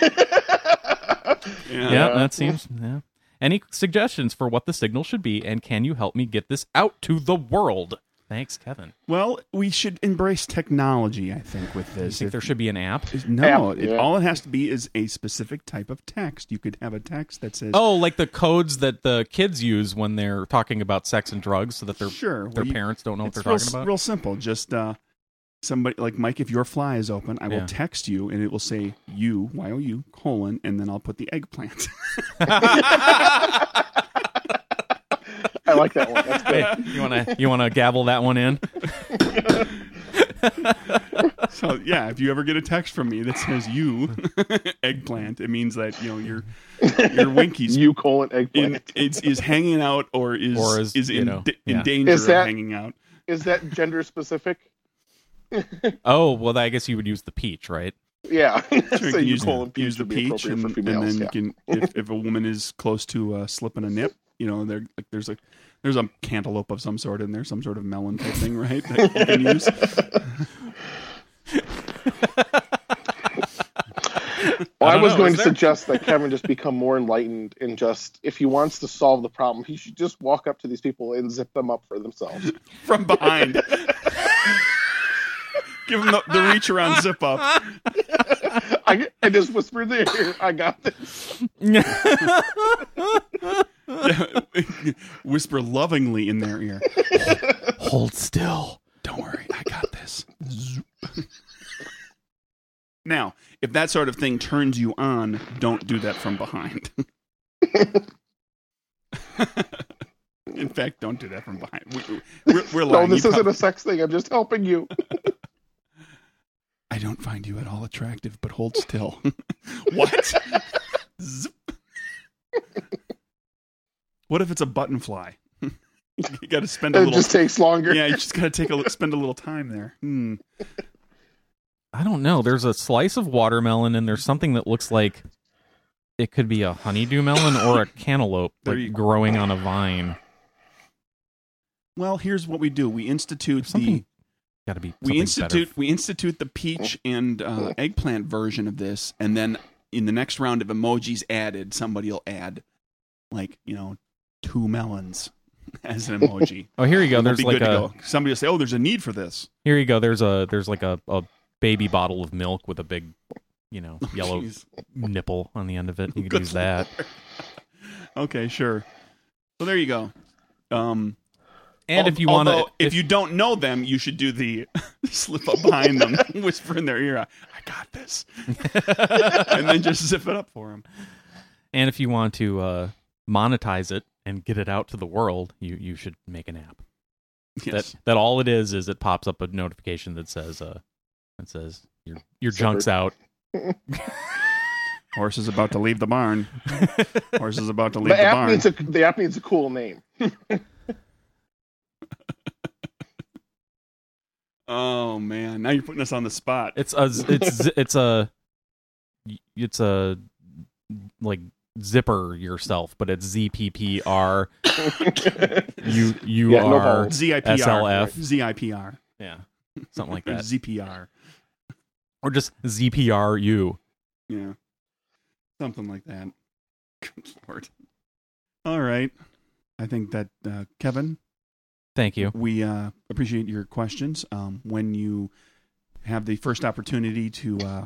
S2: yeah.
S1: yeah, that seems. Yeah. Any suggestions for what the signal should be, and can you help me get this out to the world? Thanks, Kevin.
S2: Well, we should embrace technology. I think with
S1: Do you
S2: this,
S1: think
S2: If-
S1: there should be an app?
S2: Is- No,
S3: App,
S2: it,
S3: yeah.
S2: all it has to be is a specific type of text. You could have a text that says,
S1: Oh, like the codes that the kids use when they're talking about sex and drugs, so that their
S2: sure."
S1: their
S2: well, you-
S1: parents don't know what
S2: it's
S1: they're
S2: real,
S1: talking about.
S2: real simple. Just uh, somebody like Mike. If your fly is open, I will
S1: Yeah.
S2: text you, and it will say "you y o u colon," and then I'll put the eggplant. [LAUGHS]
S3: I like that one. That's good.
S1: Hey, [LAUGHS] you want to you want to gavel that one in?
S2: so yeah, if you ever get a text from me that says "you [LAUGHS] eggplant," it means that you know your
S3: [LAUGHS]
S2: your winkies.
S3: You colon eggplant.
S2: in, is, is hanging out or is
S1: Or
S2: is,
S1: is,
S2: in,
S1: you know,
S2: da-
S1: yeah.
S2: in danger
S3: Is
S2: of
S3: that-
S2: hanging out.
S3: Is that gender specific?
S1: Oh, well, I guess you would use the peach, right?
S3: Yeah. [LAUGHS]
S2: Sure,
S3: so
S2: you
S3: you
S2: use-
S3: colon peach
S2: use the
S3: would be
S2: peach,
S3: appropriate
S2: and,
S3: for
S2: and
S3: females.
S2: then
S3: yeah.
S2: you can
S3: [LAUGHS]
S2: if, if a woman is close to uh, slipping a nip, you know, there like there's a there's a cantaloupe of some sort in there, some sort of melon type thing, right? That you can
S3: [LAUGHS]
S2: use.
S3: Well,
S1: I
S3: I,
S1: don't
S3: was
S1: know,
S3: going
S1: is there-
S3: to suggest that Kevin just become more enlightened and just, if he wants to solve the problem, he should just walk up to these people and zip them up for themselves.
S2: from behind. Give him the, the reach around zip up. [LAUGHS]
S3: [LAUGHS] I, I just whispered in the ear, I got this.
S2: Whisper lovingly in their ear.
S1: [LAUGHS] Hold still.
S2: Don't worry, I got this. [LAUGHS] now, if that sort of thing turns you on, don't do that from behind. [LAUGHS] in fact, don't do that from behind. We, we're, we're
S3: No,
S2: lying.
S3: this
S2: You
S3: isn't a sex thing. I'm just helping you.
S2: I don't find you at all attractive, but hold still. [LAUGHS] what? Zip. what if it's a button fly? [LAUGHS] you got to spend a
S3: It
S2: little.
S3: just takes longer.
S2: [LAUGHS] yeah, you just got to take a li- spend a little time there. Hmm.
S1: I don't know. There's a slice of watermelon, and there's something that looks like it could be a honeydew melon or a cantaloupe
S2: There
S1: like,
S2: you-
S1: growing on a vine.
S2: Well, here's what we do: we institute
S1: There's
S2: the
S1: something got to be.
S2: we
S1: something
S2: institute
S1: better.
S2: we institute the peach and uh, eggplant version of this, and then in the next round of emojis added, somebody will add like you know two melons [LAUGHS] as
S1: [LAUGHS]
S2: an emoji.
S1: Oh, here you go.
S2: It'll
S1: There's
S2: be
S1: like
S2: good to
S1: a
S2: go. somebody will say, "Oh, there's a need for this."
S1: here you go. There's a there's like a, a baby bottle of milk with a big, you know,
S2: [LAUGHS] Oh,
S1: yellow
S2: jeez.
S1: nipple on the end of it.
S2: [LAUGHS]
S1: You could
S2: Good
S1: use that.
S2: Okay, sure. So there you go. Um,
S1: And
S2: al-
S1: if you want to,
S2: although, if, you don't know them, you should do the [LAUGHS] slip up behind them, [LAUGHS] whisper in their ear, "I I got this,"
S1: [LAUGHS]
S2: and then just zip it up for them.
S1: and if you want to uh, monetize it and get it out to the world, you you should make an app.
S2: Yes.
S1: That that all it is is it pops up a notification that says uh that says your your junk's out.
S2: Horse is about to leave
S1: [LAUGHS]
S2: the barn. Horse is about to leave
S3: The
S2: the,
S3: app,
S2: barn.
S3: needs a, the app needs a cool name. [LAUGHS]
S2: oh man, now you're putting us on the spot.
S1: It's a z- it's z- it's a it's a like zipper yourself, but it's Z P P R U U
S3: Yeah, no
S1: R
S3: balls.
S2: ZIPR,
S1: SLF.
S2: ZIPR,
S1: yeah something like
S2: Or
S1: that
S2: ZPR.
S1: or just Z P R U.
S2: Yeah. Something like that. [LAUGHS] Good lord. All right. I think that uh, Kevin,
S1: Thank you.
S2: we uh, appreciate your questions. Um, when you have the first opportunity to uh,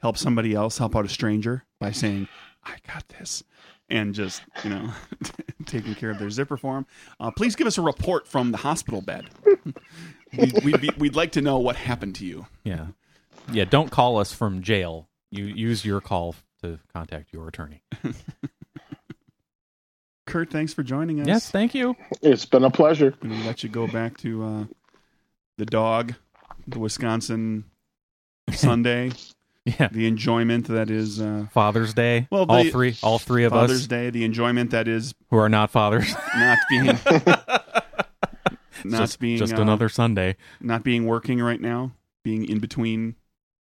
S2: help somebody else, help out a stranger by saying, "I got this," and just you know [LAUGHS] taking care of their zipper for 'em, uh, please give us a report from the hospital bed. [LAUGHS] we'd, we'd, be, we'd like to know what happened to you.
S1: Yeah, yeah. Don't call us from jail. You use your call to contact your attorney.
S2: Kurt, thanks for joining us.
S1: Yes, thank you.
S3: It's been a pleasure.
S2: and we let you go back to uh, the dog, the Wisconsin Sunday,
S1: [LAUGHS] Yeah.
S2: the enjoyment that is uh,
S1: Father's Day.
S2: Well,
S1: all
S2: the-
S1: three, all three of
S2: Father's
S1: us
S2: Day, the enjoyment that is
S1: who are not
S2: [LAUGHS]
S1: fathers.
S2: not being not
S1: just,
S2: being
S1: just
S2: uh,
S1: another Sunday.
S2: not being working right now, being in between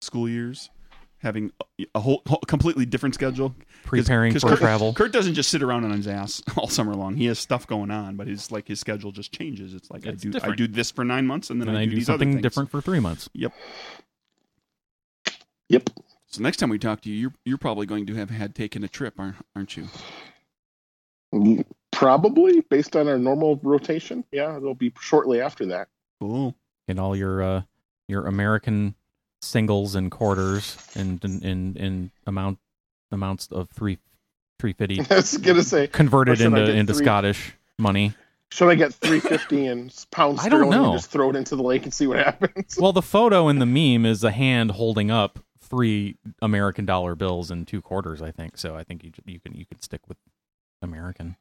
S2: school years, having a- a whole, whole completely different schedule.
S1: Preparing
S2: 'cause
S1: for
S2: Kurt-
S1: travel.
S2: Kurt doesn't just sit around on his ass [LAUGHS] all summer long. He has stuff going on, but his like his schedule just changes. It's like
S1: It's
S2: I do I
S1: different.
S2: do this for nine months, and then
S1: and
S2: I do, these other
S1: something
S2: things.
S1: different for three months.
S3: Yep.
S2: So next time we talk to you, you're you're probably going to have had taken a trip, aren't aren't you?
S3: Probably based on our normal rotation. Yeah, it'll be shortly after that. [LAUGHS]
S2: Cool.
S1: And all your uh, your American singles and quarters and in in, in amount amounts of three three
S2: [LAUGHS]
S1: fifty
S3: I was gonna say, Or
S1: converted
S3: should I
S1: into
S3: get
S1: into
S3: three-
S1: Scottish money.
S3: should I get three
S2: [LAUGHS]
S3: fifty in pounds
S1: I don't
S3: sterling
S1: know.
S3: and just throw it into the lake and see what happens? [LAUGHS]
S1: Well, the photo in the meme is a hand holding up three American dollar bills and two quarters. I think so. I think you you can you can stick with American.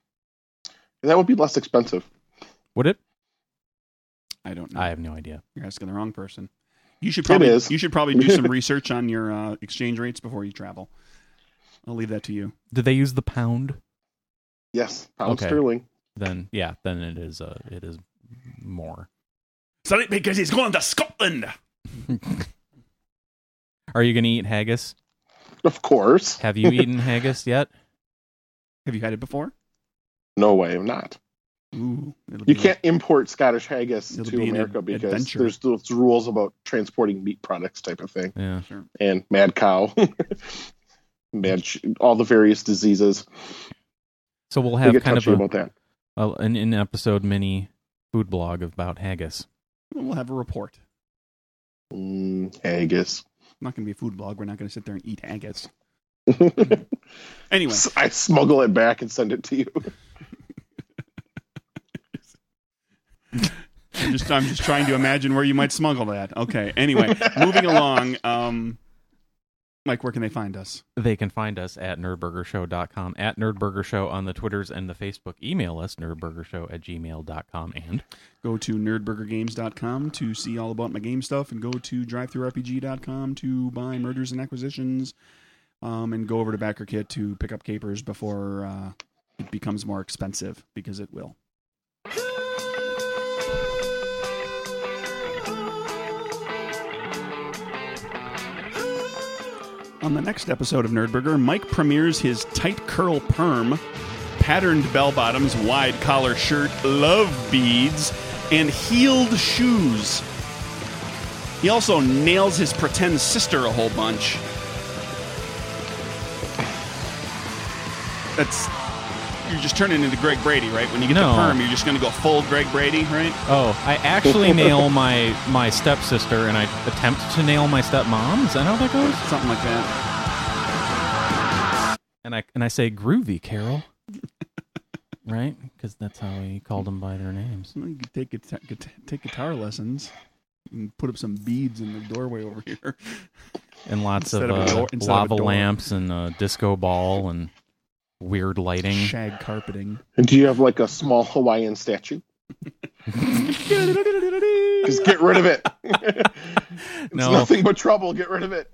S3: that would be less expensive.
S1: Would it?
S2: I don't know.
S1: I have no idea.
S2: You're asking the wrong person. You should probably
S3: is.
S2: you should probably do
S3: [LAUGHS]
S2: some research on your uh, exchange rates before you travel. I'll leave that to you.
S1: Do they use the pound?
S3: Yes, pounds
S1: Okay.
S3: sterling.
S1: Then yeah, then it is uh it is more.
S2: Sorry, because he's going to Scotland.
S1: Are you gonna eat haggis?
S3: Of course.
S1: Have [LAUGHS] you eaten haggis yet?
S2: Have you had it before?
S3: No way, I'm not.
S2: Ooh, it'll
S3: You
S2: be
S3: can't import Scottish haggis
S2: It'll
S3: to
S2: be an
S3: America
S2: ad-
S3: because
S2: adventure.
S3: there's those rules about transporting meat products, type of thing,
S1: Yeah.
S3: and mad cow, [LAUGHS] mad sh- all the various diseases.
S1: So we'll
S3: We
S1: have
S3: get
S1: kind of
S3: touchy
S1: a,
S3: about that.
S1: a an in episode mini food blog about haggis.
S2: We'll have a report.
S3: Mm,
S2: [LAUGHS]
S3: haggis.
S2: I'm not going to be a food blog. We're not going to sit there and eat agates.
S3: I
S2: Anyway,
S3: smuggle it back and send it to you.
S2: I'm just I'm just trying to imagine where you might smuggle that. Okay. Anyway, moving along. Um, Mike, where can they find us?
S1: They can find us at nerdburgershow.com, at nerdburgershow on the Twitters and the Facebook. Email us, nerdburgershow at gmail.com. And
S2: Go to nerdburgergames.com to see all about my game stuff, and go to drivethroughrpg.com to buy mergers and acquisitions, um, and go over to Backer Kit to pick up capers before uh, it becomes more expensive because it will. On the next episode of Nerdburger, Mike premieres his tight curl perm, patterned bell bottoms, wide collar shirt, love beads, and heeled shoes. He also nails his pretend sister a whole bunch. That's. You're just turning into Greg Brady, right? When you get
S1: No.
S2: the perm, you're just going to go full Greg Brady, right?
S1: oh, I
S3: [LAUGHS]
S1: actually nail my my stepsister and I attempt to nail my stepmom. Is that how that goes?
S2: Something like that.
S1: And I and I say groovy, Carol. right? Because that's how we called them by their names.
S2: You could take, guita- guita- take guitar lessons and put up some beads in the doorway over here.
S1: And lots of,
S2: Instead of a
S1: uh,
S2: door- instead of a
S1: lava
S2: door.
S1: lamps and uh, disco ball and weird lighting.
S2: Shag carpeting.
S3: And do you have like a small Hawaiian
S2: [LAUGHS]
S3: statue? Just get rid of it. [LAUGHS] it's
S1: No.
S3: nothing but trouble. Get rid of it.